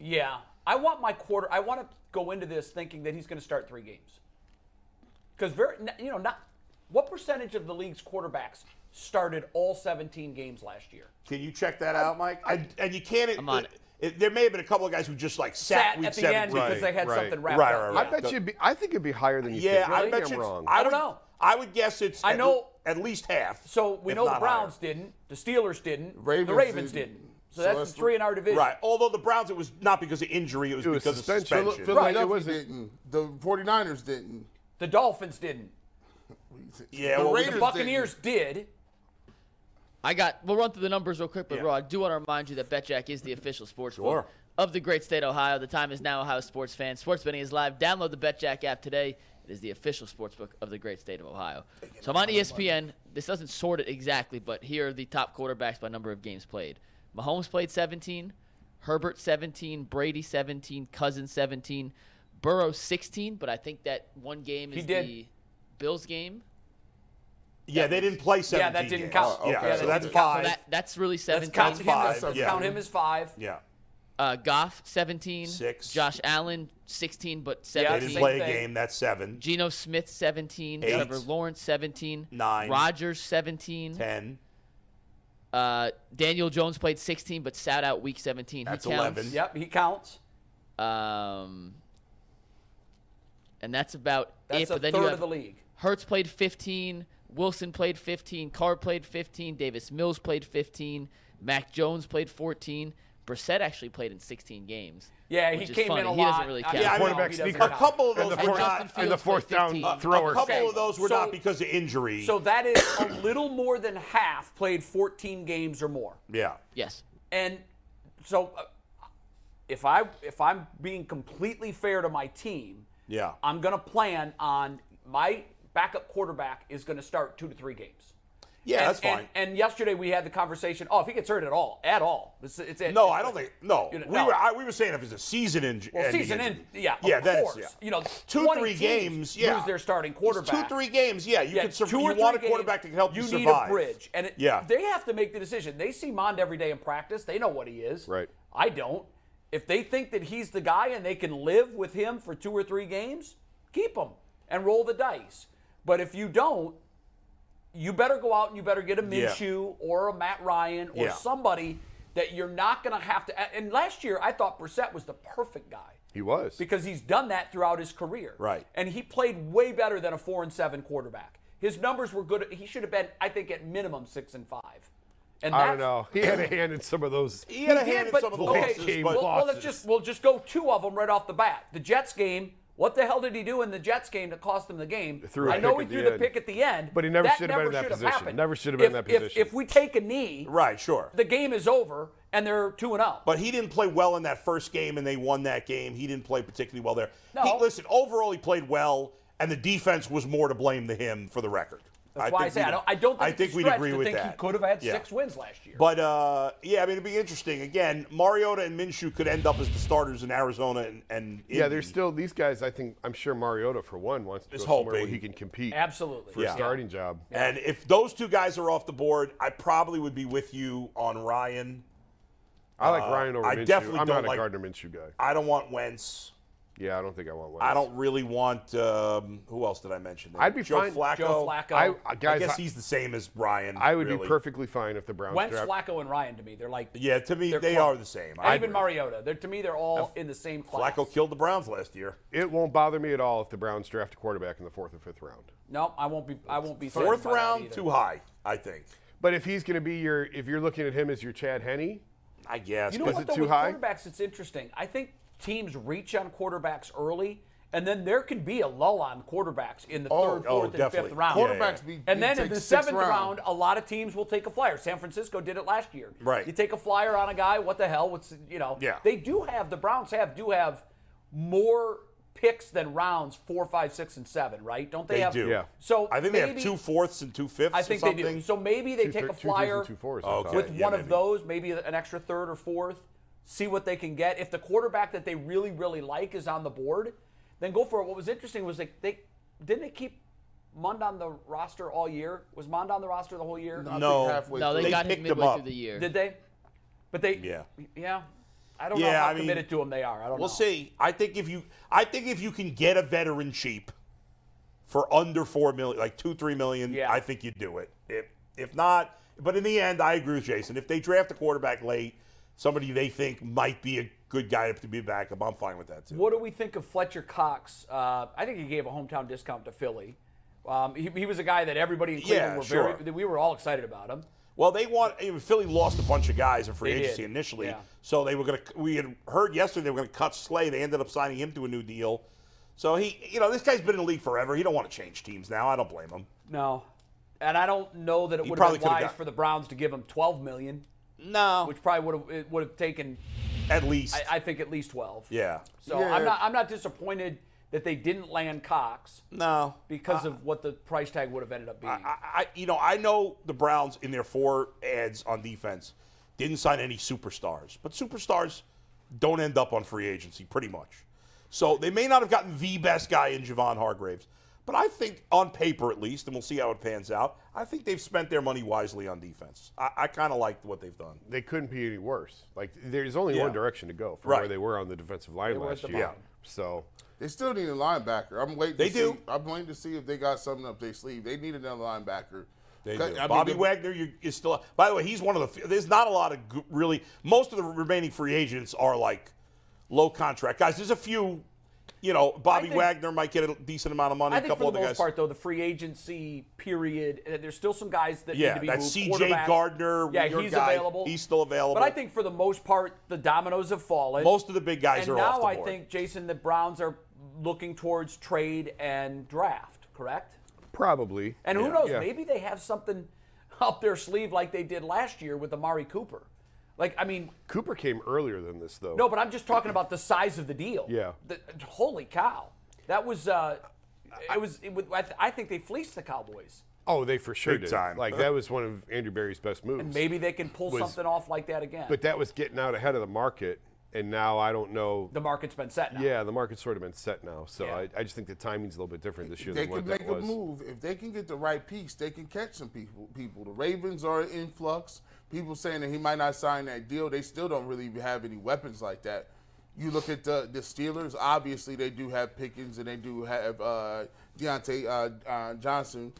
[SPEAKER 1] yeah, I want my quarter. I want to go into this thinking that he's going to start three games. Because very, n- you know, not what percentage of the league's quarterbacks started all 17 games last year?
[SPEAKER 2] Can you check that out, Mike? And, and you can't.
[SPEAKER 4] I'm on it.
[SPEAKER 2] it- there may have been a couple of guys who just like sat,
[SPEAKER 1] Sat
[SPEAKER 2] week
[SPEAKER 1] at the
[SPEAKER 2] 17.
[SPEAKER 1] end because they had
[SPEAKER 3] right,
[SPEAKER 1] something wrapped
[SPEAKER 2] right,
[SPEAKER 1] up.
[SPEAKER 2] right,
[SPEAKER 3] I
[SPEAKER 2] right.
[SPEAKER 3] bet you. Be, I think it'd be higher than you
[SPEAKER 2] Yeah,
[SPEAKER 3] think.
[SPEAKER 2] I
[SPEAKER 3] think
[SPEAKER 2] bet
[SPEAKER 3] I'm
[SPEAKER 2] you.
[SPEAKER 3] wrong.
[SPEAKER 2] I,
[SPEAKER 1] I don't
[SPEAKER 2] would,
[SPEAKER 1] know.
[SPEAKER 2] I would guess it's.
[SPEAKER 1] I
[SPEAKER 2] at
[SPEAKER 1] know-
[SPEAKER 2] le- at, least half.
[SPEAKER 1] So we
[SPEAKER 2] if
[SPEAKER 1] know the
[SPEAKER 2] not
[SPEAKER 1] Browns
[SPEAKER 2] higher.
[SPEAKER 1] didn't, the Steelers didn't, the
[SPEAKER 5] Ravens
[SPEAKER 1] Ravens
[SPEAKER 5] didn't.
[SPEAKER 1] didn't. So,
[SPEAKER 5] So
[SPEAKER 1] that's,
[SPEAKER 5] that's
[SPEAKER 1] the three in our division.
[SPEAKER 2] Right. Although the Browns, it was not because of injury; it was,
[SPEAKER 3] It was
[SPEAKER 2] because
[SPEAKER 3] suspension.
[SPEAKER 2] of suspension.
[SPEAKER 3] Phil-
[SPEAKER 5] Philadelphia
[SPEAKER 3] It wasn't-
[SPEAKER 5] didn't. The 49ers didn't.
[SPEAKER 1] The Dolphins didn't.
[SPEAKER 2] Yeah,
[SPEAKER 5] the
[SPEAKER 2] well,
[SPEAKER 5] Raiders
[SPEAKER 1] The Buccaneers did.
[SPEAKER 4] I got. We'll run through the numbers real quick, but
[SPEAKER 2] Yeah.
[SPEAKER 4] Rod, I do want to remind you that BetJack is the official sports book
[SPEAKER 2] Sure.
[SPEAKER 4] of the great state of Ohio. The time is now, Ohio sports fans. Sports betting is live. Download the BetJack app today. It is the official sports book of the great state of Ohio. So I'm on E ESPN. This doesn't sort it exactly, but here are the top quarterbacks by number of games played. Mahomes played 17, Herbert 17, Brady 17, Cousins 17, Burrow 16. But I think that one game
[SPEAKER 1] He
[SPEAKER 4] is
[SPEAKER 1] did.
[SPEAKER 4] the Bills game.
[SPEAKER 2] Yeah, they didn't play
[SPEAKER 1] Yeah,
[SPEAKER 2] seventeen.
[SPEAKER 1] that didn't
[SPEAKER 2] games.
[SPEAKER 1] count.
[SPEAKER 5] Oh, okay.
[SPEAKER 2] Yeah,
[SPEAKER 1] that
[SPEAKER 2] so that's
[SPEAKER 1] didn't count.
[SPEAKER 4] So
[SPEAKER 2] five.
[SPEAKER 4] that, that's really
[SPEAKER 1] Let's
[SPEAKER 4] 17.
[SPEAKER 1] count him,
[SPEAKER 2] five,
[SPEAKER 1] as,
[SPEAKER 2] yeah.
[SPEAKER 1] count him as five.
[SPEAKER 2] Yeah,
[SPEAKER 4] Uh, Goff, 17.
[SPEAKER 2] Six.
[SPEAKER 4] Josh Allen, 16, but
[SPEAKER 1] Yeah,
[SPEAKER 2] they
[SPEAKER 4] 17.
[SPEAKER 2] didn't
[SPEAKER 1] same
[SPEAKER 2] play a
[SPEAKER 1] thing.
[SPEAKER 2] game. That's seven,
[SPEAKER 4] Geno Smith, 17.
[SPEAKER 2] Eight.
[SPEAKER 4] Trevor Lawrence, 17.
[SPEAKER 2] Nine.
[SPEAKER 4] Rodgers, 17.
[SPEAKER 2] ten.
[SPEAKER 4] Uh, Daniel Jones played 16, but sat out week 17.
[SPEAKER 2] That's
[SPEAKER 4] he counts.
[SPEAKER 2] 11.
[SPEAKER 1] Yep, he counts.
[SPEAKER 4] Um, and that's about
[SPEAKER 1] That's
[SPEAKER 4] it.
[SPEAKER 1] a
[SPEAKER 4] but then
[SPEAKER 1] third
[SPEAKER 4] you have
[SPEAKER 1] of the league.
[SPEAKER 4] Hertz played 15. Wilson played 15. Carr played 15. Davis Mills played 15. Mac Jones played 14. Brissett actually played in 16 games.
[SPEAKER 1] Yeah,
[SPEAKER 4] which
[SPEAKER 1] he
[SPEAKER 4] is
[SPEAKER 1] came
[SPEAKER 4] funny.
[SPEAKER 1] in a
[SPEAKER 4] he
[SPEAKER 1] lot. Uh,
[SPEAKER 4] Doesn't really count.
[SPEAKER 1] Yeah, I
[SPEAKER 2] mean,
[SPEAKER 1] Quarterback
[SPEAKER 2] a
[SPEAKER 1] sneaker.
[SPEAKER 2] couple of
[SPEAKER 3] And
[SPEAKER 2] those
[SPEAKER 3] the
[SPEAKER 2] were
[SPEAKER 3] fourth,
[SPEAKER 2] not.
[SPEAKER 4] Justin
[SPEAKER 3] and the
[SPEAKER 4] Fields
[SPEAKER 3] fourth
[SPEAKER 4] played
[SPEAKER 3] down
[SPEAKER 4] 15. A
[SPEAKER 2] A
[SPEAKER 3] thrower.
[SPEAKER 2] couple of those were
[SPEAKER 1] So-
[SPEAKER 2] not because of injury.
[SPEAKER 1] So that is a little more than half played 14 games or more.
[SPEAKER 2] yeah,
[SPEAKER 4] Yes.
[SPEAKER 1] And so uh, if I if I'm being completely fair to my team,
[SPEAKER 2] yeah.
[SPEAKER 1] I'm going to plan on my backup quarterback is going to start 2 to 3 games.
[SPEAKER 2] Yeah,
[SPEAKER 1] and,
[SPEAKER 2] that's fine.
[SPEAKER 1] And, and yesterday we had the conversation, oh, if he gets hurt at all, at all. It's, it's,
[SPEAKER 2] no, I don't think. No,
[SPEAKER 1] You know,
[SPEAKER 2] we
[SPEAKER 1] no.
[SPEAKER 2] were I, we were saying if it's a season inj- ending injury.
[SPEAKER 1] Well, season in, yeah,
[SPEAKER 2] yeah,
[SPEAKER 1] of
[SPEAKER 2] that is-
[SPEAKER 1] course.
[SPEAKER 2] yeah.
[SPEAKER 1] You know,
[SPEAKER 2] two,
[SPEAKER 1] 20
[SPEAKER 2] three
[SPEAKER 1] teams
[SPEAKER 2] games. Yeah,
[SPEAKER 1] lose their starting
[SPEAKER 2] It's
[SPEAKER 1] quarterback.
[SPEAKER 2] Two, three games. Yeah, you
[SPEAKER 1] Yeah,
[SPEAKER 2] could. Sur-
[SPEAKER 1] two
[SPEAKER 2] you
[SPEAKER 1] or
[SPEAKER 2] want a
[SPEAKER 1] three
[SPEAKER 2] quarterback
[SPEAKER 1] games,
[SPEAKER 2] that can help you,
[SPEAKER 1] need
[SPEAKER 2] survive.
[SPEAKER 1] a bridge, and it,
[SPEAKER 2] Yeah.
[SPEAKER 1] they have to make the decision. They see Mond every day in practice. They know what he is.
[SPEAKER 3] Right.
[SPEAKER 1] I don't. If they think that he's the guy and they can live with him for two or three games, keep him and roll the dice. But if you don't, you better go out and you better get a
[SPEAKER 2] Yeah.
[SPEAKER 1] Minshew or a Matt Ryan or
[SPEAKER 2] Yeah.
[SPEAKER 1] somebody that you're not going to have to. And last year, I thought Brissett was the perfect guy
[SPEAKER 3] He was.
[SPEAKER 1] because he's done that throughout his career.
[SPEAKER 2] Right.
[SPEAKER 1] And he played way better than a four and seven quarterback. His numbers were good. He should have been, I think, at minimum six and five. And
[SPEAKER 3] I
[SPEAKER 1] that's-
[SPEAKER 3] don't know. He had a hand in some of those.
[SPEAKER 2] He had a
[SPEAKER 1] He did,
[SPEAKER 2] hand in
[SPEAKER 1] but-
[SPEAKER 2] some of the
[SPEAKER 1] okay,
[SPEAKER 2] losses,
[SPEAKER 3] game
[SPEAKER 2] but
[SPEAKER 1] Well, well, let's
[SPEAKER 3] losses.
[SPEAKER 1] just we'll just go two of them right off the bat. The Jets game. What the hell did he do in the Jets game that cost him the game?
[SPEAKER 3] Threw a
[SPEAKER 1] I know
[SPEAKER 3] pick
[SPEAKER 1] he
[SPEAKER 3] at
[SPEAKER 1] threw
[SPEAKER 3] the
[SPEAKER 1] the
[SPEAKER 3] end.
[SPEAKER 1] pick at the end,
[SPEAKER 3] But he never
[SPEAKER 1] That
[SPEAKER 3] should have been in that
[SPEAKER 1] should have
[SPEAKER 3] position.
[SPEAKER 1] happened.
[SPEAKER 3] Never should have been in
[SPEAKER 1] If-
[SPEAKER 3] that
[SPEAKER 1] if-
[SPEAKER 3] position.
[SPEAKER 1] If, we take a knee,
[SPEAKER 2] right, sure.
[SPEAKER 1] the game is over and they're two and oh. zero.
[SPEAKER 2] But he didn't play well in that first game, and they won that game. He didn't play particularly well there.
[SPEAKER 1] No.
[SPEAKER 2] He, listen, overall, he played well, and the defense was more to blame than him for the record.
[SPEAKER 1] That's why I
[SPEAKER 2] think
[SPEAKER 1] say
[SPEAKER 2] we'd-
[SPEAKER 1] I don't. I don't think,
[SPEAKER 2] I
[SPEAKER 1] it's a
[SPEAKER 2] think we'd
[SPEAKER 1] stretch
[SPEAKER 2] agree
[SPEAKER 1] to
[SPEAKER 2] with
[SPEAKER 1] think
[SPEAKER 2] that.
[SPEAKER 1] He could have had
[SPEAKER 2] Yeah.
[SPEAKER 1] six wins last year.
[SPEAKER 2] But uh, yeah, I mean, it'd be interesting. Again, Mariota and Minshew could end up as the starters in Arizona, and, and
[SPEAKER 3] Yeah,
[SPEAKER 2] Indy.
[SPEAKER 3] there's still these guys. I think I'm sure Mariota for one wants to
[SPEAKER 2] Is
[SPEAKER 3] go somewhere where
[SPEAKER 2] hoping.
[SPEAKER 3] he can compete
[SPEAKER 1] Absolutely.
[SPEAKER 3] for a
[SPEAKER 2] Yeah.
[SPEAKER 3] starting job.
[SPEAKER 2] And if those two guys are off the board, I probably would be with you on Ryan.
[SPEAKER 3] I like
[SPEAKER 2] Uh,
[SPEAKER 3] Ryan over
[SPEAKER 2] I
[SPEAKER 3] Minshew.
[SPEAKER 2] definitely
[SPEAKER 3] I'm
[SPEAKER 2] don't
[SPEAKER 3] not a
[SPEAKER 2] like-
[SPEAKER 3] Gardner Minshew guy.
[SPEAKER 2] I don't want Wentz.
[SPEAKER 3] Yeah, I don't think I want one.
[SPEAKER 2] I don't really want. Um, who else did I mention? There?
[SPEAKER 3] I'd be
[SPEAKER 2] Joe
[SPEAKER 3] fine-
[SPEAKER 2] Flacco.
[SPEAKER 1] Joe Flacco.
[SPEAKER 3] I, I-
[SPEAKER 2] I
[SPEAKER 3] guys,
[SPEAKER 2] guess
[SPEAKER 3] I,
[SPEAKER 2] he's the same as Ryan.
[SPEAKER 3] I would
[SPEAKER 2] really.
[SPEAKER 3] be perfectly fine if the Browns
[SPEAKER 1] Wentz,
[SPEAKER 3] draft.
[SPEAKER 1] Flacco, and Ryan to me, they're like
[SPEAKER 2] Yeah, to me,
[SPEAKER 1] They're
[SPEAKER 2] they
[SPEAKER 1] close.
[SPEAKER 2] are the same.
[SPEAKER 1] and
[SPEAKER 2] I
[SPEAKER 1] even
[SPEAKER 2] agree.
[SPEAKER 1] Mariota. They're to me, they're all in the same class.
[SPEAKER 2] Flacco killed the Browns last year.
[SPEAKER 3] It won't bother me at all if the Browns draft a quarterback in the fourth or fifth round.
[SPEAKER 1] No, I won't be. I won't be.
[SPEAKER 2] Fourth
[SPEAKER 1] threatened by that
[SPEAKER 2] round,
[SPEAKER 1] either.
[SPEAKER 2] too high, I think.
[SPEAKER 3] But if he's going to be your, if you're looking at him as your Chad Henney,
[SPEAKER 2] I guess.
[SPEAKER 1] You know
[SPEAKER 2] but
[SPEAKER 3] Was
[SPEAKER 1] what
[SPEAKER 3] it
[SPEAKER 1] though
[SPEAKER 3] too
[SPEAKER 1] with
[SPEAKER 3] high?
[SPEAKER 1] quarterbacks, it's interesting. I think teams reach on quarterbacks early, and then there can be a lull on quarterbacks in the
[SPEAKER 5] Oh,
[SPEAKER 1] third,
[SPEAKER 5] oh,
[SPEAKER 1] fourth, and
[SPEAKER 2] definitely.
[SPEAKER 1] fifth round.
[SPEAKER 2] Yeah, yeah.
[SPEAKER 5] Quarterbacks be-
[SPEAKER 1] and then
[SPEAKER 5] take
[SPEAKER 1] in the
[SPEAKER 5] sixth
[SPEAKER 1] seventh round.
[SPEAKER 5] round.
[SPEAKER 1] a lot of teams will take a flyer. San Francisco did it last year.
[SPEAKER 2] Right.
[SPEAKER 1] You take a flyer on a guy. What the hell? What's you know?
[SPEAKER 2] Yeah.
[SPEAKER 1] They do have the Browns have do have more picks than rounds four, five, six, and seven. Right? Don't they,
[SPEAKER 2] They
[SPEAKER 1] have?
[SPEAKER 2] do. Yeah.
[SPEAKER 1] So
[SPEAKER 2] I think they have
[SPEAKER 1] maybe-
[SPEAKER 2] two fourths and two fifths.
[SPEAKER 1] I think
[SPEAKER 2] or
[SPEAKER 1] they
[SPEAKER 2] something.
[SPEAKER 1] do. So maybe they
[SPEAKER 3] Two
[SPEAKER 1] take
[SPEAKER 3] thir-
[SPEAKER 1] a
[SPEAKER 3] two thirds and
[SPEAKER 1] flyer
[SPEAKER 3] two fours, I
[SPEAKER 2] Okay.
[SPEAKER 3] thought.
[SPEAKER 1] with
[SPEAKER 2] Yeah,
[SPEAKER 1] one of
[SPEAKER 2] maybe.
[SPEAKER 1] those, maybe an extra third or fourth, see what they can get. If the quarterback that they really, really like is on the board, then go for it. What was interesting was they, they didn't they keep Mond on the roster all year? Was Mond on the roster the whole year? Uh,
[SPEAKER 5] I think
[SPEAKER 2] No.
[SPEAKER 5] halfway
[SPEAKER 4] No, they,
[SPEAKER 5] through.
[SPEAKER 4] got him
[SPEAKER 2] picked him
[SPEAKER 4] midway
[SPEAKER 2] up.
[SPEAKER 4] through the year.
[SPEAKER 1] Did they? But they
[SPEAKER 2] Yeah.
[SPEAKER 1] Yeah. I don't know
[SPEAKER 2] Yeah,
[SPEAKER 1] how
[SPEAKER 2] I mean,
[SPEAKER 1] committed to him they are. I don't
[SPEAKER 2] We'll
[SPEAKER 1] know.
[SPEAKER 2] see. I think if you, I think if you can get a veteran cheap for under four million, like two three million,
[SPEAKER 1] Yeah.
[SPEAKER 2] I think you do it. If if not, but in the end, I agree with Jason. If they draft a quarterback late, somebody they think might be a good guy to be a backup, I'm fine with that too.
[SPEAKER 1] What do we think of Fletcher Cox? Uh, I think he gave a hometown discount to Philly. Um, he, he was a guy that everybody in Cleveland
[SPEAKER 2] Yeah,
[SPEAKER 1] were very,
[SPEAKER 2] sure.
[SPEAKER 1] we were all excited about him.
[SPEAKER 2] Well, they want I mean, Philly lost a bunch of guys in free
[SPEAKER 1] They did,
[SPEAKER 2] agency initially,
[SPEAKER 1] yeah.
[SPEAKER 2] so they were going to. We had heard yesterday they were going to cut Slay. They ended up signing him to a new deal. So he, you know, this guy's been in the league forever. He don't want to change teams now. I don't blame him.
[SPEAKER 1] No. And I don't know that it would have
[SPEAKER 2] probably
[SPEAKER 1] been
[SPEAKER 2] could've
[SPEAKER 1] wise
[SPEAKER 2] got-
[SPEAKER 1] for the Browns to give him 12 million,
[SPEAKER 2] No,
[SPEAKER 1] which probably would have it would have taken
[SPEAKER 2] at least,
[SPEAKER 1] I, I think at least 12.
[SPEAKER 2] yeah.
[SPEAKER 1] So
[SPEAKER 5] Yeah.
[SPEAKER 1] I'm not I'm not disappointed that they didn't land Cox
[SPEAKER 2] No,
[SPEAKER 1] because of what the price tag would have ended up being.
[SPEAKER 2] I, you know, I know the Browns in their four ads on defense didn't sign any superstars, but superstars don't end up on free agency pretty much. So they may not have gotten the best guy in Javon Hargraves, but I think on paper at least, and we'll see how it pans out. I think they've spent their money wisely on defense. I, I kind of liked what they've done.
[SPEAKER 3] they couldn't be any worse. Like there's only
[SPEAKER 2] Yeah.
[SPEAKER 3] one direction to go from
[SPEAKER 2] Right.
[SPEAKER 3] where they were on the defensive line
[SPEAKER 1] were at
[SPEAKER 3] last
[SPEAKER 1] the
[SPEAKER 3] year.
[SPEAKER 1] bottom.
[SPEAKER 3] So
[SPEAKER 5] They still need a linebacker. I'm waiting.
[SPEAKER 2] They
[SPEAKER 5] to
[SPEAKER 2] do.
[SPEAKER 5] See, I'm waiting to see if they got something up their sleeve. They need another linebacker.
[SPEAKER 2] They
[SPEAKER 5] Cut-
[SPEAKER 2] do.
[SPEAKER 5] I mean,
[SPEAKER 2] Bobby
[SPEAKER 5] the-
[SPEAKER 2] Wagner you, is still. By the way, he's one of the. few- There's not a lot of g- really. Most of the remaining free agents are like low contract guys. There's a few. You know, Bobby
[SPEAKER 1] think-
[SPEAKER 2] Wagner might get a decent amount of money.
[SPEAKER 1] I
[SPEAKER 2] A
[SPEAKER 1] think
[SPEAKER 2] couple
[SPEAKER 1] for the
[SPEAKER 2] other
[SPEAKER 1] most
[SPEAKER 2] guys.
[SPEAKER 1] part, though, the free agency period, uh, there's still some guys that need
[SPEAKER 2] yeah,
[SPEAKER 1] to be
[SPEAKER 2] that
[SPEAKER 1] moved.
[SPEAKER 2] C.J.
[SPEAKER 1] Quarterbacks.
[SPEAKER 2] Gardner.
[SPEAKER 1] yeah,
[SPEAKER 2] your
[SPEAKER 1] he's
[SPEAKER 2] guy,
[SPEAKER 1] available.
[SPEAKER 2] He's still available.
[SPEAKER 1] But I think for the most part, the dominoes have fallen.
[SPEAKER 2] most of the big guys
[SPEAKER 1] and
[SPEAKER 2] are
[SPEAKER 1] now
[SPEAKER 2] off the
[SPEAKER 1] I
[SPEAKER 2] board.
[SPEAKER 1] think Jason, the Browns are looking towards trade and draft, correct?
[SPEAKER 3] probably.
[SPEAKER 1] And who knows?
[SPEAKER 3] Yeah.
[SPEAKER 1] Maybe they have something up their sleeve like they did last year with Amari Cooper. Like, I mean,
[SPEAKER 3] Cooper came earlier than this though.
[SPEAKER 1] no, but I'm just talking about the size of the deal.
[SPEAKER 3] Yeah.
[SPEAKER 1] The, holy cow, that was. Uh, it was. It, was- I, th- I think they fleeced the Cowboys.
[SPEAKER 3] Oh, they for sure
[SPEAKER 2] Big
[SPEAKER 3] did.
[SPEAKER 2] time.
[SPEAKER 3] Like that was one of Andrew Barry's best moves.
[SPEAKER 1] Maybe they can pull
[SPEAKER 3] Was-
[SPEAKER 1] something off like that again.
[SPEAKER 3] But that was getting out ahead of the market, and now I don't know.
[SPEAKER 1] the market's been set now.
[SPEAKER 3] yeah, the market's sort of been set now, so
[SPEAKER 1] Yeah.
[SPEAKER 3] I, I just think the timing's a little bit different this year
[SPEAKER 5] They
[SPEAKER 3] than what
[SPEAKER 5] can make
[SPEAKER 3] that
[SPEAKER 5] a
[SPEAKER 3] was.
[SPEAKER 5] move if they can get the right piece. They can catch some people. People. The Ravens are in flux. People saying that he might not sign that deal. They still don't really have any weapons like that. You look at the the Steelers. Obviously, they do have Pickens and they do have uh, Deontay uh, uh, Johnson.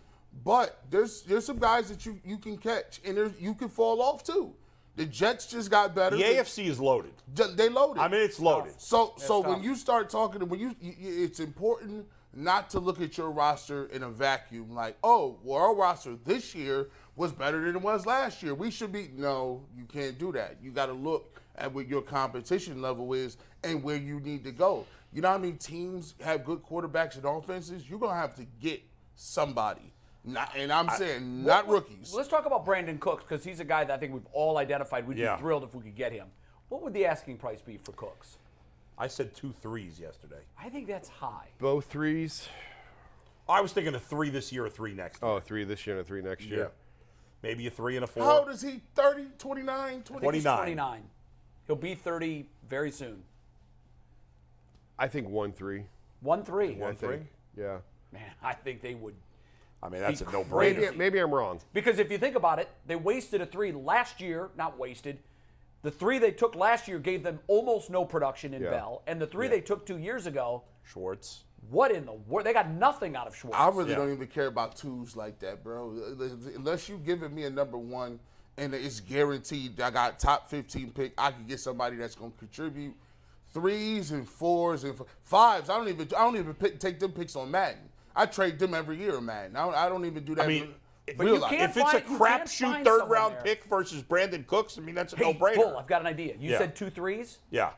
[SPEAKER 5] But there's there's some guys that you, you can catch and there's, you can fall off too. The Jets just got better.
[SPEAKER 2] the AFC is loaded.
[SPEAKER 5] they loaded.
[SPEAKER 2] I mean, it's loaded.
[SPEAKER 5] So so
[SPEAKER 1] tough.
[SPEAKER 5] when you start talking to when you, you you- it's important not to look at your roster in a vacuum like, "Oh, well our roster this year was better than it was last year. We should be No, you can't do that. You got to look at what your competition level is and where you need to go. You know how many teams have good quarterbacks and offenses? You're going to have to get somebody. Not, and I'm saying not rookies.
[SPEAKER 1] Let's talk about Brandon Cooks because he's a guy that I think we've all identified. We'd
[SPEAKER 2] Yeah.
[SPEAKER 1] be thrilled if we could get him. What would the asking price be for Cooks?
[SPEAKER 2] I said two threes yesterday.
[SPEAKER 1] I think that's high.
[SPEAKER 3] Both threes.
[SPEAKER 2] I was thinking a three this year, a three next. year.
[SPEAKER 3] Oh, three this year and a three next year.
[SPEAKER 2] Maybe a three and a four.
[SPEAKER 5] How old is he? 30, 29, 20?
[SPEAKER 1] He's
[SPEAKER 2] 29.
[SPEAKER 1] 29. He'll be 30 very soon.
[SPEAKER 3] I think one three.
[SPEAKER 1] One three.
[SPEAKER 3] I
[SPEAKER 2] three?
[SPEAKER 3] think. Yeah.
[SPEAKER 1] Man, I think they would.
[SPEAKER 2] I mean, that's a
[SPEAKER 1] Be
[SPEAKER 2] no-brainer.
[SPEAKER 1] crazy.
[SPEAKER 3] Maybe, maybe I'm wrong.
[SPEAKER 1] Because if you think about it, they wasted a three last year. Not wasted. The three they took last year gave them almost no production in
[SPEAKER 3] Yeah.
[SPEAKER 1] Bell, and the three they took two years ago.
[SPEAKER 2] Schwartz.
[SPEAKER 1] What in the world? They got nothing out of Schwartz.
[SPEAKER 5] I really
[SPEAKER 2] Yeah.
[SPEAKER 5] don't even care about twos like that, bro. Unless you giving me a number one and it's guaranteed I got top 15 pick, I can get somebody that's going to contribute. Threes and fours and f- fives. I don't even I don't even pick, take them picks on Madden. I trade them every year, on Madden. I don't, I don't even do that.
[SPEAKER 2] I
[SPEAKER 5] in
[SPEAKER 2] mean,
[SPEAKER 1] But
[SPEAKER 2] real
[SPEAKER 1] you
[SPEAKER 2] life.
[SPEAKER 1] can't
[SPEAKER 2] if it's a
[SPEAKER 1] find- you can't
[SPEAKER 2] crapshoot
[SPEAKER 1] find
[SPEAKER 2] third
[SPEAKER 1] someone
[SPEAKER 2] round
[SPEAKER 1] there.
[SPEAKER 2] pick versus Brandon Cooks, I mean that's a
[SPEAKER 1] hey,
[SPEAKER 2] no brainer.
[SPEAKER 1] Bull, I've got an idea. You
[SPEAKER 2] Yeah.
[SPEAKER 1] said two threes.
[SPEAKER 2] yeah.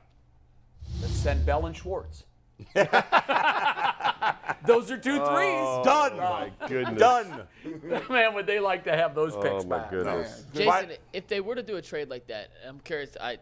[SPEAKER 1] Let's send Bell and Schwartz. those are two threes.
[SPEAKER 2] Done.
[SPEAKER 3] My goodness.
[SPEAKER 2] Done.
[SPEAKER 1] Man, would they like to have those picks
[SPEAKER 3] Oh my
[SPEAKER 1] back?
[SPEAKER 3] goodness.
[SPEAKER 4] Jason,
[SPEAKER 2] Why-
[SPEAKER 4] if they were to do a trade like that, I'm curious. I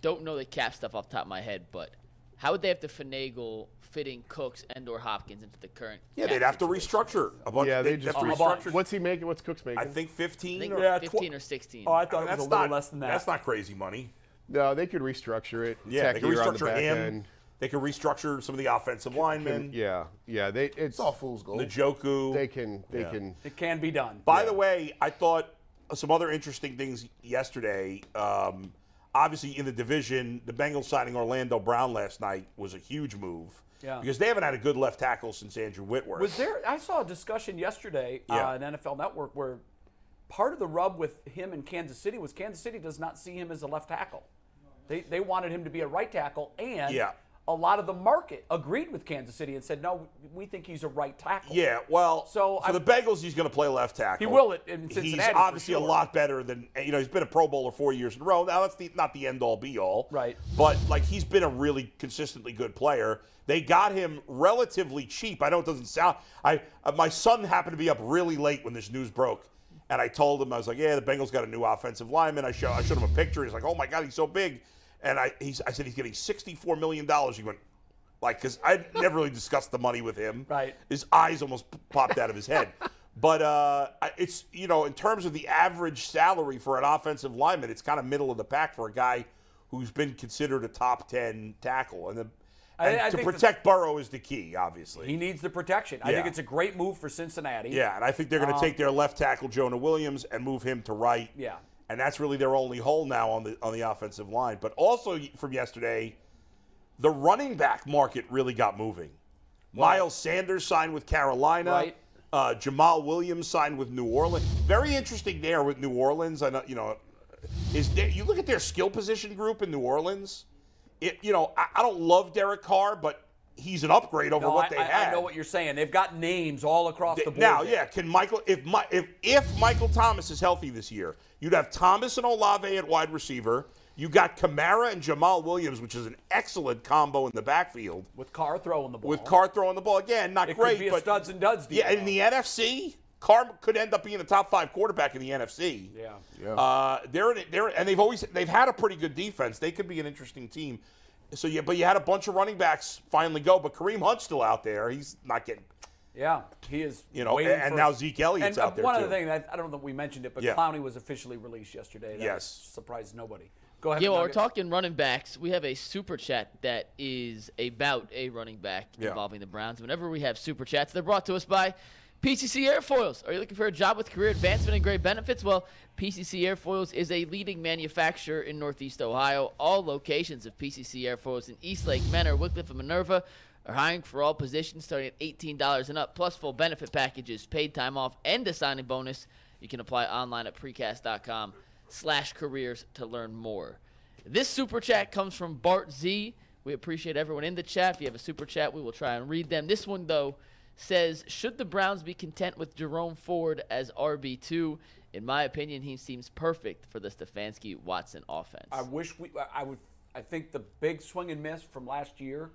[SPEAKER 4] don't know the cap stuff off the top of my head, but how would they have to finagle fitting Cooks and/or Hopkins into the current?
[SPEAKER 2] Yeah,
[SPEAKER 4] cap
[SPEAKER 2] they'd have to
[SPEAKER 4] situation?
[SPEAKER 2] restructure a bunch.
[SPEAKER 3] Yeah, they
[SPEAKER 2] they'd
[SPEAKER 3] just
[SPEAKER 2] have to
[SPEAKER 1] bunch.
[SPEAKER 3] restructured. What's he making? What's Cooks making?
[SPEAKER 2] I think 15.
[SPEAKER 4] I think
[SPEAKER 2] or,
[SPEAKER 1] Yeah, tw-
[SPEAKER 4] 15 or 16.
[SPEAKER 1] Oh, I thought it was a little
[SPEAKER 2] not,
[SPEAKER 1] less than that.
[SPEAKER 2] That's not crazy money.
[SPEAKER 3] no, they could restructure it.
[SPEAKER 2] Yeah, they
[SPEAKER 3] Tech
[SPEAKER 2] can
[SPEAKER 3] year on the
[SPEAKER 2] restructure
[SPEAKER 3] back
[SPEAKER 2] him.
[SPEAKER 3] end.
[SPEAKER 2] They can restructure some of the offensive linemen.
[SPEAKER 3] Yeah, yeah. They it's
[SPEAKER 5] It's all fool's gold.
[SPEAKER 2] Njoku.
[SPEAKER 3] they can they
[SPEAKER 2] Yeah.
[SPEAKER 3] can.
[SPEAKER 1] It can be done.
[SPEAKER 2] By the way, I thought some other interesting things yesterday. Um, obviously, in the division, the Bengals signing Orlando Brown last night was a huge move.
[SPEAKER 1] Yeah.
[SPEAKER 2] Because they haven't had a good left tackle since Andrew Whitworth.
[SPEAKER 1] Was there? I saw a discussion yesterday uh,
[SPEAKER 2] Yeah.
[SPEAKER 1] on NFL Network where part of the rub with him in Kansas City was Kansas City does not see him as a left tackle. They they wanted him to be a right tackle, and
[SPEAKER 2] Yeah.
[SPEAKER 1] a lot of the market agreed with Kansas City and said, no, we think he's a right tackle.
[SPEAKER 2] Yeah, well,
[SPEAKER 1] So
[SPEAKER 2] for
[SPEAKER 1] I-
[SPEAKER 2] the Bengals, he's going to play left tackle.
[SPEAKER 1] He will it in Cincinnati
[SPEAKER 2] He's
[SPEAKER 1] for
[SPEAKER 2] obviously
[SPEAKER 1] sure.
[SPEAKER 2] a lot better than you know. He's been a Pro Bowler four years in a row. Now that's the, not the end all be all,
[SPEAKER 1] Right.
[SPEAKER 2] But like he's been a really consistently good player. They got him relatively cheap. I know it doesn't sound. I uh, my son happened to be up really late when this news broke. And I told him I was like, "Yeah, the Bengals got a new offensive lineman." I show I showed him a picture. He's like, "Oh my God, he's so big!" And I he's, I said he's getting sixty-four million dollars. He went, like because I never really discussed the money with him.
[SPEAKER 1] Right.
[SPEAKER 2] His eyes almost p- popped out of his head. But uh, I- it's you know in terms of the average salary for an offensive lineman, it's kind of middle of the pack for a guy who's been considered a top ten tackle, and, the,
[SPEAKER 1] I-
[SPEAKER 2] and
[SPEAKER 1] I
[SPEAKER 2] to
[SPEAKER 1] think that-
[SPEAKER 2] protect Burrow is the key, obviously.
[SPEAKER 1] He needs the protection. I
[SPEAKER 2] Yeah.
[SPEAKER 1] think it's a great move for Cincinnati.
[SPEAKER 2] yeah, and I think they're going to take their left tackle Jonah Williams and move him to right.
[SPEAKER 1] Um, Yeah.
[SPEAKER 2] and that's really their only hole now on the on the offensive line. But also y- from yesterday, the running back market really got moving. Miles Sanders signed with Carolina.
[SPEAKER 1] Right.
[SPEAKER 2] Uh, Jamal Williams signed with New Orleans. Very interesting there with New Orleans. I know you know is there, you look at their skill position group in New Orleans. It you know I, I don't love Derek Carr, but he's an upgrade over
[SPEAKER 1] No,
[SPEAKER 2] what
[SPEAKER 1] I,
[SPEAKER 2] they
[SPEAKER 1] I- I
[SPEAKER 2] had.
[SPEAKER 1] know what you're saying. They've got names all across the board.
[SPEAKER 2] Now,
[SPEAKER 1] there.
[SPEAKER 2] yeah, can Michael if Mi- if if Michael Thomas is healthy this year, you'd have Thomas and Olave at wide receiver. You got Kamara and Jamal Williams, which is an excellent combo in the backfield.
[SPEAKER 1] With Carr throwing the ball.
[SPEAKER 2] With Carr throwing the ball again, not
[SPEAKER 1] Oh. it
[SPEAKER 2] great,
[SPEAKER 1] could be a
[SPEAKER 2] but
[SPEAKER 1] studs and duds deal.
[SPEAKER 2] yeah, in the NFC, Carr could end up being a top five quarterback in the NFC.
[SPEAKER 1] yeah.
[SPEAKER 2] Uh, they're in- they're and they've always they've had a pretty good defense. They could be an interesting team. So yeah, but you had a bunch of running backs finally go, but Kareem Hunt's still out there. He's not getting
[SPEAKER 1] Yeah, he is.
[SPEAKER 2] You know,
[SPEAKER 1] waiting
[SPEAKER 2] and- and
[SPEAKER 1] for-
[SPEAKER 2] now Zeke Elliott's
[SPEAKER 1] and, uh,
[SPEAKER 2] out there,
[SPEAKER 1] One
[SPEAKER 2] too.
[SPEAKER 1] other thing, that, I don't know if we mentioned it, but
[SPEAKER 2] Yeah.
[SPEAKER 1] Clowney was officially released yesterday. That
[SPEAKER 2] Yes.
[SPEAKER 1] surprised nobody. Go ahead.
[SPEAKER 4] Yeah, well, we're
[SPEAKER 1] Nugget.
[SPEAKER 4] talking running backs. We have a super chat that is about a running back involving the Browns. Whenever we have super chats, they're brought to us by PCC Airfoils. Are you looking for a job with career advancement and great benefits? Well, PCC Airfoils is a leading manufacturer in Northeast Ohio. All locations of PCC Airfoils in Eastlake, Menor, Wickliffe, and Minerva are hiring for all positions starting at $18 and up, plus full benefit packages, paid time off, and a signing bonus. You can apply online at precast.com slash careers to learn more. This super chat comes from Bart Z. We appreciate everyone in the chat. If you have a super chat, we will try and read them. This one, though, says Should the Browns be content with Jerome Ford as RB2? In my opinion, he seems perfect for the Stefanski Watson offense.
[SPEAKER 1] I wish we. I- I would. I think the big swing and miss from last year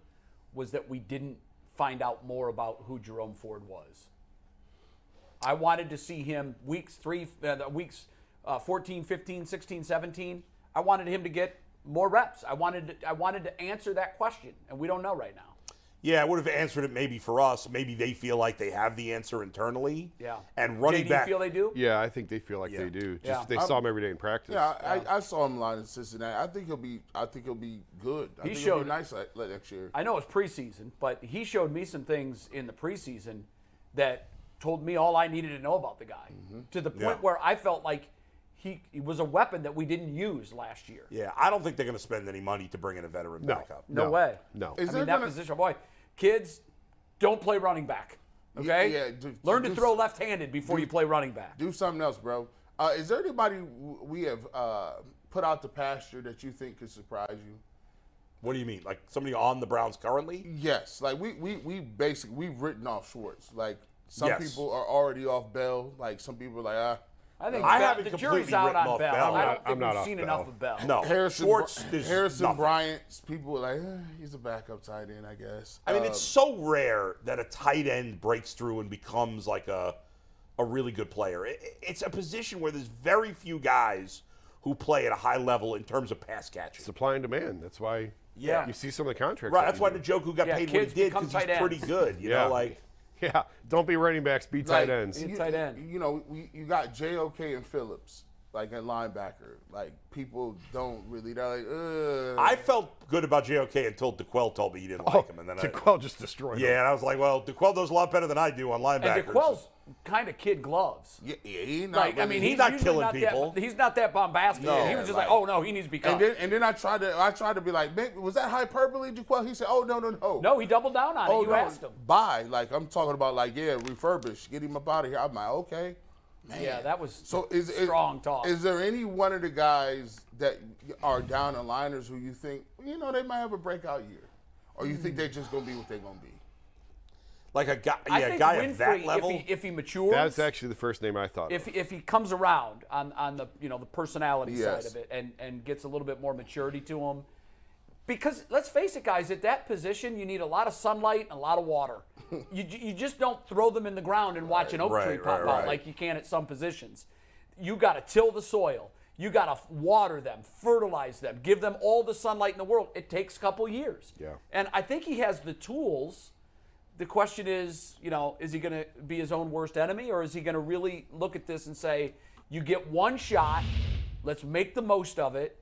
[SPEAKER 1] was that we didn't find out more about who Jerome Ford was. I wanted to see him weeks three, uh, the weeks uh, 14, 15, 16, 17. I wanted him to get more reps. I wanted. I wanted to answer that question, and we don't know right now.
[SPEAKER 2] Yeah, I would have answered it maybe for us. Maybe they feel like they have the answer internally.
[SPEAKER 1] Yeah.
[SPEAKER 2] And
[SPEAKER 1] Jay,
[SPEAKER 2] running
[SPEAKER 1] do you
[SPEAKER 2] back.
[SPEAKER 1] feel they do?
[SPEAKER 3] Yeah, I think they feel like
[SPEAKER 2] Yeah.
[SPEAKER 3] they do. Just
[SPEAKER 1] Yeah.
[SPEAKER 3] they saw him every day in practice.
[SPEAKER 5] Yeah, I, I, I saw him line in Cincinnati. I think he'll be. I think he'll be good. I
[SPEAKER 1] He
[SPEAKER 5] think he'll
[SPEAKER 1] showed-
[SPEAKER 5] be nice like, like next year.
[SPEAKER 1] I know it's preseason, but he showed me some things in the preseason that told me all I needed to know about the guy to the point
[SPEAKER 2] Yeah.
[SPEAKER 1] where I felt like he, he was a weapon that we didn't use last year.
[SPEAKER 2] yeah, I don't think they're going to spend any money to bring in a veteran
[SPEAKER 3] No.
[SPEAKER 2] backup.
[SPEAKER 1] No, way.
[SPEAKER 3] No.
[SPEAKER 1] I
[SPEAKER 5] Is
[SPEAKER 1] mean,
[SPEAKER 5] there
[SPEAKER 1] that
[SPEAKER 5] gonna-
[SPEAKER 1] position, boy, kids, don't play running back. Okay?
[SPEAKER 5] yeah, do-
[SPEAKER 1] Learn to
[SPEAKER 5] do-
[SPEAKER 1] throw left handed before you play running back.
[SPEAKER 5] Do something else, bro. Uh, is there anybody w- we have uh, put out the pasture that you think could surprise you?
[SPEAKER 2] What do you mean? Like somebody on the Browns currently?
[SPEAKER 5] Yes, like we we we basically we've written off Schwartz. Like some
[SPEAKER 2] Yes.
[SPEAKER 5] people are already off Bell. Like some people are like ah,
[SPEAKER 1] I think
[SPEAKER 2] I
[SPEAKER 1] Bell-
[SPEAKER 2] haven't
[SPEAKER 1] the
[SPEAKER 2] completely
[SPEAKER 1] jury's out
[SPEAKER 2] written
[SPEAKER 1] on
[SPEAKER 2] off
[SPEAKER 1] Bell.
[SPEAKER 2] Bell.
[SPEAKER 1] I
[SPEAKER 3] I'm
[SPEAKER 1] don't
[SPEAKER 3] not-
[SPEAKER 1] think
[SPEAKER 3] I'm not
[SPEAKER 1] we've
[SPEAKER 3] off
[SPEAKER 1] seen
[SPEAKER 3] Bell.
[SPEAKER 1] enough of Bell.
[SPEAKER 2] No,
[SPEAKER 5] Harrison,
[SPEAKER 2] Oh, Schwartz
[SPEAKER 5] Bry-
[SPEAKER 2] is
[SPEAKER 5] Harrison
[SPEAKER 2] nothing.
[SPEAKER 5] Bryant. People were like, eh, he's a backup tight end, I guess.
[SPEAKER 2] I mean,
[SPEAKER 5] Uh,
[SPEAKER 2] it's so rare that a tight end breaks through and becomes like a a really good player. It, it's a position where there's very few guys who play at a high level in terms of pass catching.
[SPEAKER 3] Supply and demand. That's why
[SPEAKER 2] Yeah.
[SPEAKER 3] you see some of the contracts.
[SPEAKER 2] right.
[SPEAKER 3] that
[SPEAKER 2] That's
[SPEAKER 3] we
[SPEAKER 2] why
[SPEAKER 3] do.
[SPEAKER 2] the joke who got
[SPEAKER 1] Yeah,
[SPEAKER 2] paid what he
[SPEAKER 1] kids
[SPEAKER 2] did
[SPEAKER 1] become
[SPEAKER 2] because he's
[SPEAKER 1] tight ends.
[SPEAKER 2] pretty good. You
[SPEAKER 3] Yeah.
[SPEAKER 2] know, like
[SPEAKER 3] Yeah. Don't be running backs. Be tight
[SPEAKER 5] like,
[SPEAKER 3] ends.
[SPEAKER 1] Yeah.
[SPEAKER 5] You,
[SPEAKER 1] tight end.
[SPEAKER 5] You know, we, you got JOK and Phillips, like at linebacker. Like, people don't really, they're like,
[SPEAKER 2] I
[SPEAKER 5] ugh.
[SPEAKER 2] felt good about JOK until DeQuell told me he didn't like him, and then I,
[SPEAKER 3] Oh, DeQuell just destroyed
[SPEAKER 2] yeah,
[SPEAKER 3] him.
[SPEAKER 2] and I was like, well, DeQuell does a lot better than I do on linebackers.
[SPEAKER 1] and DeQuell's kind of kid gloves.
[SPEAKER 5] Yeah, yeah, he not
[SPEAKER 1] Like I
[SPEAKER 5] really-
[SPEAKER 1] mean,
[SPEAKER 2] He's
[SPEAKER 1] he's,
[SPEAKER 2] not
[SPEAKER 1] usually
[SPEAKER 2] killing
[SPEAKER 1] not
[SPEAKER 2] people.
[SPEAKER 1] That, he's not that bombastic.
[SPEAKER 5] No.
[SPEAKER 1] he was just
[SPEAKER 5] Like-
[SPEAKER 1] like, oh no, he needs to be
[SPEAKER 5] And
[SPEAKER 1] cut.
[SPEAKER 5] then, and then I tried to I tried to be like, "Man, was that high hyperbole, Jaquel? He said, "Oh no, no, no."
[SPEAKER 1] no, he doubled down on
[SPEAKER 5] oh
[SPEAKER 1] it. You asked him.
[SPEAKER 5] Buy, like I'm talking about, like yeah, refurbish, get him up out of here. I'm like, okay, man.
[SPEAKER 1] Yeah, that was
[SPEAKER 5] so is, is-
[SPEAKER 1] strong talk.
[SPEAKER 5] Is there any one of the guys that are down and liners who you think you know they might have a breakout year, or you think they're just gonna be what they're gonna be?
[SPEAKER 2] like a guy, yeah,
[SPEAKER 1] I
[SPEAKER 2] a
[SPEAKER 1] think
[SPEAKER 2] guy
[SPEAKER 1] Winfrey,
[SPEAKER 2] at that level.
[SPEAKER 1] if he, if he matures,
[SPEAKER 3] That's actually the first name I thought.
[SPEAKER 1] if
[SPEAKER 3] of.
[SPEAKER 1] if he comes around on on the you know the personality
[SPEAKER 5] Yes.
[SPEAKER 1] side of it and and gets a little bit more maturity to him because let's face it guys at that position you need a lot of sunlight and a lot of water you, ju- you just don't throw them in the ground and watch an oak
[SPEAKER 2] Right,
[SPEAKER 1] tree
[SPEAKER 2] right,
[SPEAKER 1] pop out
[SPEAKER 2] right.
[SPEAKER 1] like you can at some positions you got to till the soil you got to water them fertilize them give them all the sunlight in the world it takes a couple years
[SPEAKER 3] Yeah.
[SPEAKER 1] and i think he has the tools the question is, you know, is he going to be his own worst enemy or is he going to really look at this and say, you get one shot, let's make the most of it,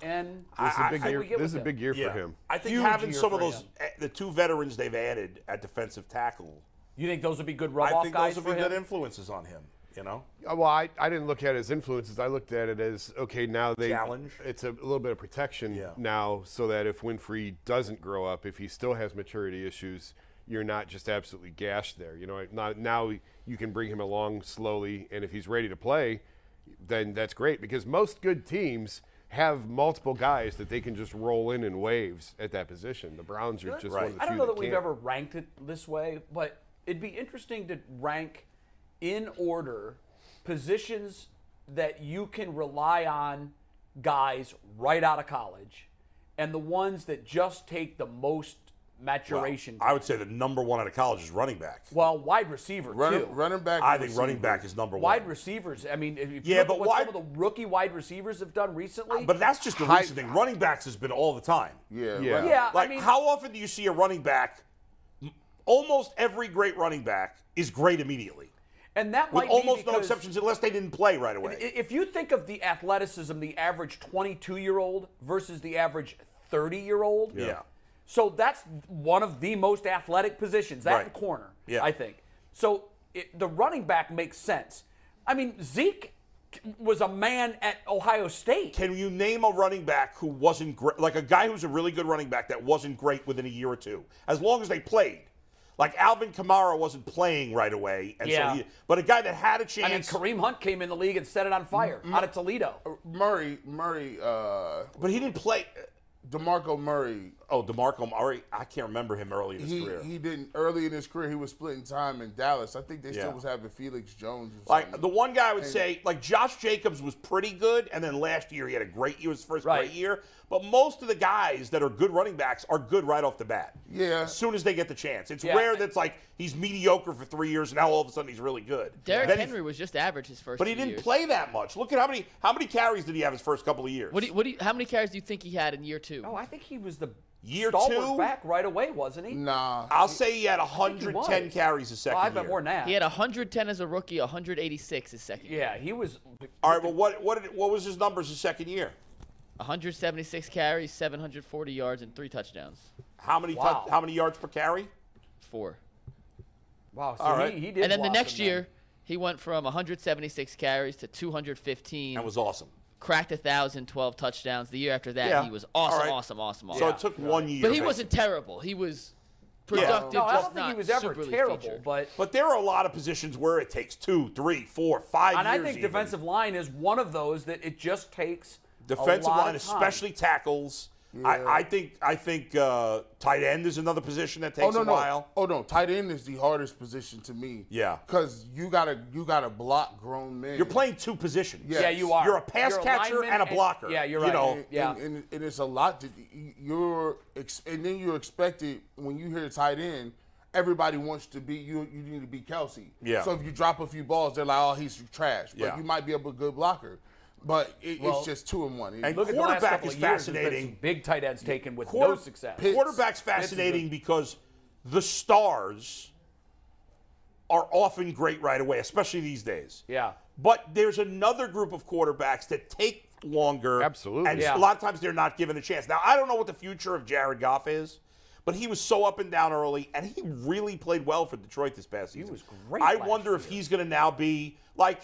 [SPEAKER 1] and
[SPEAKER 3] this is
[SPEAKER 1] I-
[SPEAKER 3] a big
[SPEAKER 1] I-
[SPEAKER 3] year.
[SPEAKER 1] we get
[SPEAKER 3] This is
[SPEAKER 1] with
[SPEAKER 3] a big year
[SPEAKER 2] yeah.
[SPEAKER 3] for him.
[SPEAKER 2] I think
[SPEAKER 1] Huge
[SPEAKER 2] having
[SPEAKER 1] year
[SPEAKER 2] some of
[SPEAKER 1] for
[SPEAKER 2] those,
[SPEAKER 1] him.
[SPEAKER 2] eh, the two veterans they've added at defensive tackle,
[SPEAKER 1] you think those would be good
[SPEAKER 2] I
[SPEAKER 1] rub-off
[SPEAKER 2] think
[SPEAKER 1] guys
[SPEAKER 2] those
[SPEAKER 1] for
[SPEAKER 2] will be good
[SPEAKER 1] him?
[SPEAKER 2] influences on him. You know,
[SPEAKER 3] Uh, Well, I, I didn't look at it as influences. I looked at it as okay. Now they
[SPEAKER 2] Challenge.
[SPEAKER 3] It's a little bit of protection
[SPEAKER 2] Yeah.
[SPEAKER 3] now, so that if Winfrey doesn't grow up, if he still has maturity issues, you're not just absolutely gashed there. You know, now, now you can bring him along slowly, and if he's ready to play, then that's great because most good teams have multiple guys that they can just roll in in waves at that position. The Browns are just one
[SPEAKER 2] Right.
[SPEAKER 3] of the
[SPEAKER 1] I don't
[SPEAKER 3] few
[SPEAKER 1] know that we've
[SPEAKER 3] can't.
[SPEAKER 1] ever ranked it this way, but it'd be interesting to rank in order positions that you can rely on guys right out of college and the ones that just take the most maturation.
[SPEAKER 2] I would say the number one out of college is running back.
[SPEAKER 1] Well, wide receiver too.
[SPEAKER 5] Running, running back.
[SPEAKER 2] I
[SPEAKER 5] and
[SPEAKER 2] think running
[SPEAKER 5] receiver.
[SPEAKER 2] back is number one.
[SPEAKER 1] Wide receivers. I mean, if you
[SPEAKER 2] Yeah,
[SPEAKER 1] look
[SPEAKER 2] but
[SPEAKER 1] at what
[SPEAKER 2] wide-
[SPEAKER 1] some of the rookie wide receivers have done recently.
[SPEAKER 2] But that's just the
[SPEAKER 5] High-
[SPEAKER 2] recent thing. Running backs has been all the time.
[SPEAKER 5] Yeah,
[SPEAKER 3] Yeah.
[SPEAKER 5] running-
[SPEAKER 1] yeah,
[SPEAKER 2] Like,
[SPEAKER 1] I mean,
[SPEAKER 2] how often do you see a running back? m- Almost every great running back is great immediately,
[SPEAKER 1] and that
[SPEAKER 2] with
[SPEAKER 1] might be
[SPEAKER 2] almost no
[SPEAKER 1] because
[SPEAKER 2] exceptions, unless they didn't play right away.
[SPEAKER 1] i- If you think of the athleticism, the average 22-year-old versus the average 30-year-old.
[SPEAKER 2] Yeah.
[SPEAKER 1] So that's one of the most athletic positions, that
[SPEAKER 2] Right.
[SPEAKER 1] and corner,
[SPEAKER 2] Yeah.
[SPEAKER 1] I think. So it, the running back makes sense. I mean, Zeke was a man at Ohio State.
[SPEAKER 2] Can you name a running back who wasn't great, like a guy who's a really good running back that wasn't great within a year or two, as long as they played? Like Alvin Kamara wasn't playing right away, and
[SPEAKER 1] Yeah.
[SPEAKER 2] so he, but a guy that had a
[SPEAKER 1] I mean,
[SPEAKER 2] chance.
[SPEAKER 1] Kareem Hunt came in the league and set it on fire
[SPEAKER 2] Mm-hmm.
[SPEAKER 1] out of Toledo.
[SPEAKER 5] Murray, Murray, uh,
[SPEAKER 2] but he didn't play.
[SPEAKER 5] Demarco Murray.
[SPEAKER 2] Oh, Demarco Murray, I can't remember him early in his
[SPEAKER 5] He,
[SPEAKER 2] career.
[SPEAKER 5] he didn't early in his career. He was splitting time in Dallas. I think they
[SPEAKER 2] Yeah.
[SPEAKER 5] still was having Felix Jones. or
[SPEAKER 2] Like
[SPEAKER 5] something.
[SPEAKER 2] the one guy I would say, like Josh Jacobs was pretty good, and then last year he had a great year, his first
[SPEAKER 1] Right.
[SPEAKER 2] great year. But most of the guys that are good running backs are good right off the bat.
[SPEAKER 5] Yeah.
[SPEAKER 2] As soon as they get the chance. It's
[SPEAKER 1] Yeah.
[SPEAKER 2] rare that's like he's mediocre for three years and now all of a sudden he's really good.
[SPEAKER 4] Derrick
[SPEAKER 2] Then he-
[SPEAKER 4] Henry was just average his first.
[SPEAKER 2] but he
[SPEAKER 4] two
[SPEAKER 2] didn't
[SPEAKER 4] years.
[SPEAKER 2] play that much. Look at how many how many carries did he have his first couple of years?
[SPEAKER 4] What do you, what do you, how many carries do you think he had in year two?
[SPEAKER 1] Oh, I think he was the
[SPEAKER 2] Year
[SPEAKER 1] stalwart
[SPEAKER 2] two?
[SPEAKER 1] back right away, wasn't he?
[SPEAKER 5] nah,
[SPEAKER 2] I'll say he had
[SPEAKER 1] he
[SPEAKER 2] 110
[SPEAKER 1] was.
[SPEAKER 2] carries his second
[SPEAKER 1] I bet
[SPEAKER 2] year.
[SPEAKER 1] more than that.
[SPEAKER 4] he had 110 as a rookie, 186 his second. year.
[SPEAKER 1] yeah, he was.
[SPEAKER 2] All right, but what what did, what was his numbers his second year?
[SPEAKER 4] 176 carries, 740 yards, and three touchdowns.
[SPEAKER 2] How many tou-
[SPEAKER 1] Wow.
[SPEAKER 2] how many yards per carry?
[SPEAKER 4] Four.
[SPEAKER 1] Wow, so
[SPEAKER 2] All
[SPEAKER 1] he-
[SPEAKER 2] right.
[SPEAKER 1] he, did.
[SPEAKER 4] and then the
[SPEAKER 1] blossom
[SPEAKER 4] next
[SPEAKER 1] then.
[SPEAKER 4] year, he went from 176 carries to 215.
[SPEAKER 2] That was awesome.
[SPEAKER 4] cracked a thousand, 12 touchdowns. The year after that,
[SPEAKER 2] Yeah.
[SPEAKER 4] he was awesome,
[SPEAKER 2] All right.
[SPEAKER 4] awesome, awesome, awesome.
[SPEAKER 2] So it took one year.
[SPEAKER 4] but he
[SPEAKER 2] basically.
[SPEAKER 4] wasn't terrible. He was productive.
[SPEAKER 1] No, I
[SPEAKER 4] just
[SPEAKER 1] don't think
[SPEAKER 4] not
[SPEAKER 1] he was ever
[SPEAKER 4] superly
[SPEAKER 1] terrible,
[SPEAKER 4] featured.
[SPEAKER 1] but.
[SPEAKER 2] But there are a lot of positions where it takes two, three, four, five
[SPEAKER 1] And I
[SPEAKER 2] years.
[SPEAKER 1] think
[SPEAKER 2] even.
[SPEAKER 1] defensive line is one of those that it just takes. a
[SPEAKER 2] defensive
[SPEAKER 1] lot
[SPEAKER 2] line,
[SPEAKER 1] of time.
[SPEAKER 2] especially tackles. I, I think I think uh, tight end is another position that takes
[SPEAKER 5] oh no
[SPEAKER 2] a
[SPEAKER 5] no
[SPEAKER 2] while.
[SPEAKER 5] oh no tight end is the hardest position to me
[SPEAKER 2] Yeah.
[SPEAKER 5] because you gotta you gotta block grown men
[SPEAKER 2] You're playing two positions.
[SPEAKER 5] Yeah.
[SPEAKER 1] Yeah, you are.
[SPEAKER 2] You're a pass catcher
[SPEAKER 1] lineman
[SPEAKER 2] and a blocker.
[SPEAKER 1] yeah, you're
[SPEAKER 2] You
[SPEAKER 1] right.
[SPEAKER 2] know,
[SPEAKER 1] yeah.
[SPEAKER 5] and, and, and it's a lot to you're ex- and then you're expected when you hear tight end everybody wants to be you you need to be Kelsey
[SPEAKER 2] Yeah.
[SPEAKER 5] so if you drop a few balls they're like oh he's trash but
[SPEAKER 2] Yeah.
[SPEAKER 5] you might be a good blocker but it,
[SPEAKER 1] Well,
[SPEAKER 5] it's just two and one It-
[SPEAKER 2] and
[SPEAKER 1] Look at the last
[SPEAKER 2] Quarterback
[SPEAKER 1] couple
[SPEAKER 2] is
[SPEAKER 1] of years, there's been
[SPEAKER 2] fascinating.
[SPEAKER 1] some Big tight ends taken with
[SPEAKER 2] Quarter-
[SPEAKER 1] no success.
[SPEAKER 5] Pitt-
[SPEAKER 2] Quarterback's fascinating because the stars are often great right away, especially these days.
[SPEAKER 1] Yeah.
[SPEAKER 2] But there's another group of quarterbacks that take longer.
[SPEAKER 3] Absolutely.
[SPEAKER 2] And
[SPEAKER 1] Yeah.
[SPEAKER 2] a lot of times they're not given a chance. Now, I don't know what the future of Jared Goff is, but he was so up and down early, and he really played well for Detroit this past season. He
[SPEAKER 1] was great
[SPEAKER 2] I
[SPEAKER 1] last
[SPEAKER 2] wonder if he's going to now be like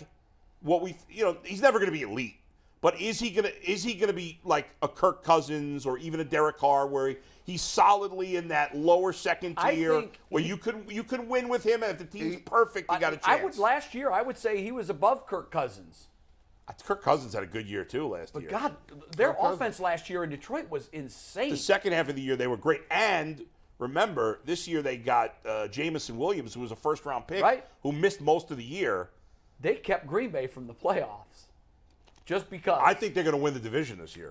[SPEAKER 2] what we, you know, he's never going to be elite. But is he gonna is he gonna be like a Kirk Cousins or even a Derek Carr, where he, he's solidly in that lower second
[SPEAKER 1] I
[SPEAKER 2] tier,
[SPEAKER 1] think
[SPEAKER 2] where
[SPEAKER 1] he-
[SPEAKER 2] you could you could win with him, and if the team's perfect, you got a chance.
[SPEAKER 1] I, I would last year. I would say he was above Kirk Cousins.
[SPEAKER 2] Kirk Cousins had a good year too last year.
[SPEAKER 1] God, their offense last year in Detroit was insane.
[SPEAKER 2] the second half of the year they were great. And remember, this year they got uh, Jamison Williams, who was a first round pick,
[SPEAKER 1] Right.
[SPEAKER 2] who missed most of the year.
[SPEAKER 1] they kept Green Bay from the playoffs just because.
[SPEAKER 2] I think they're going to win the division this year.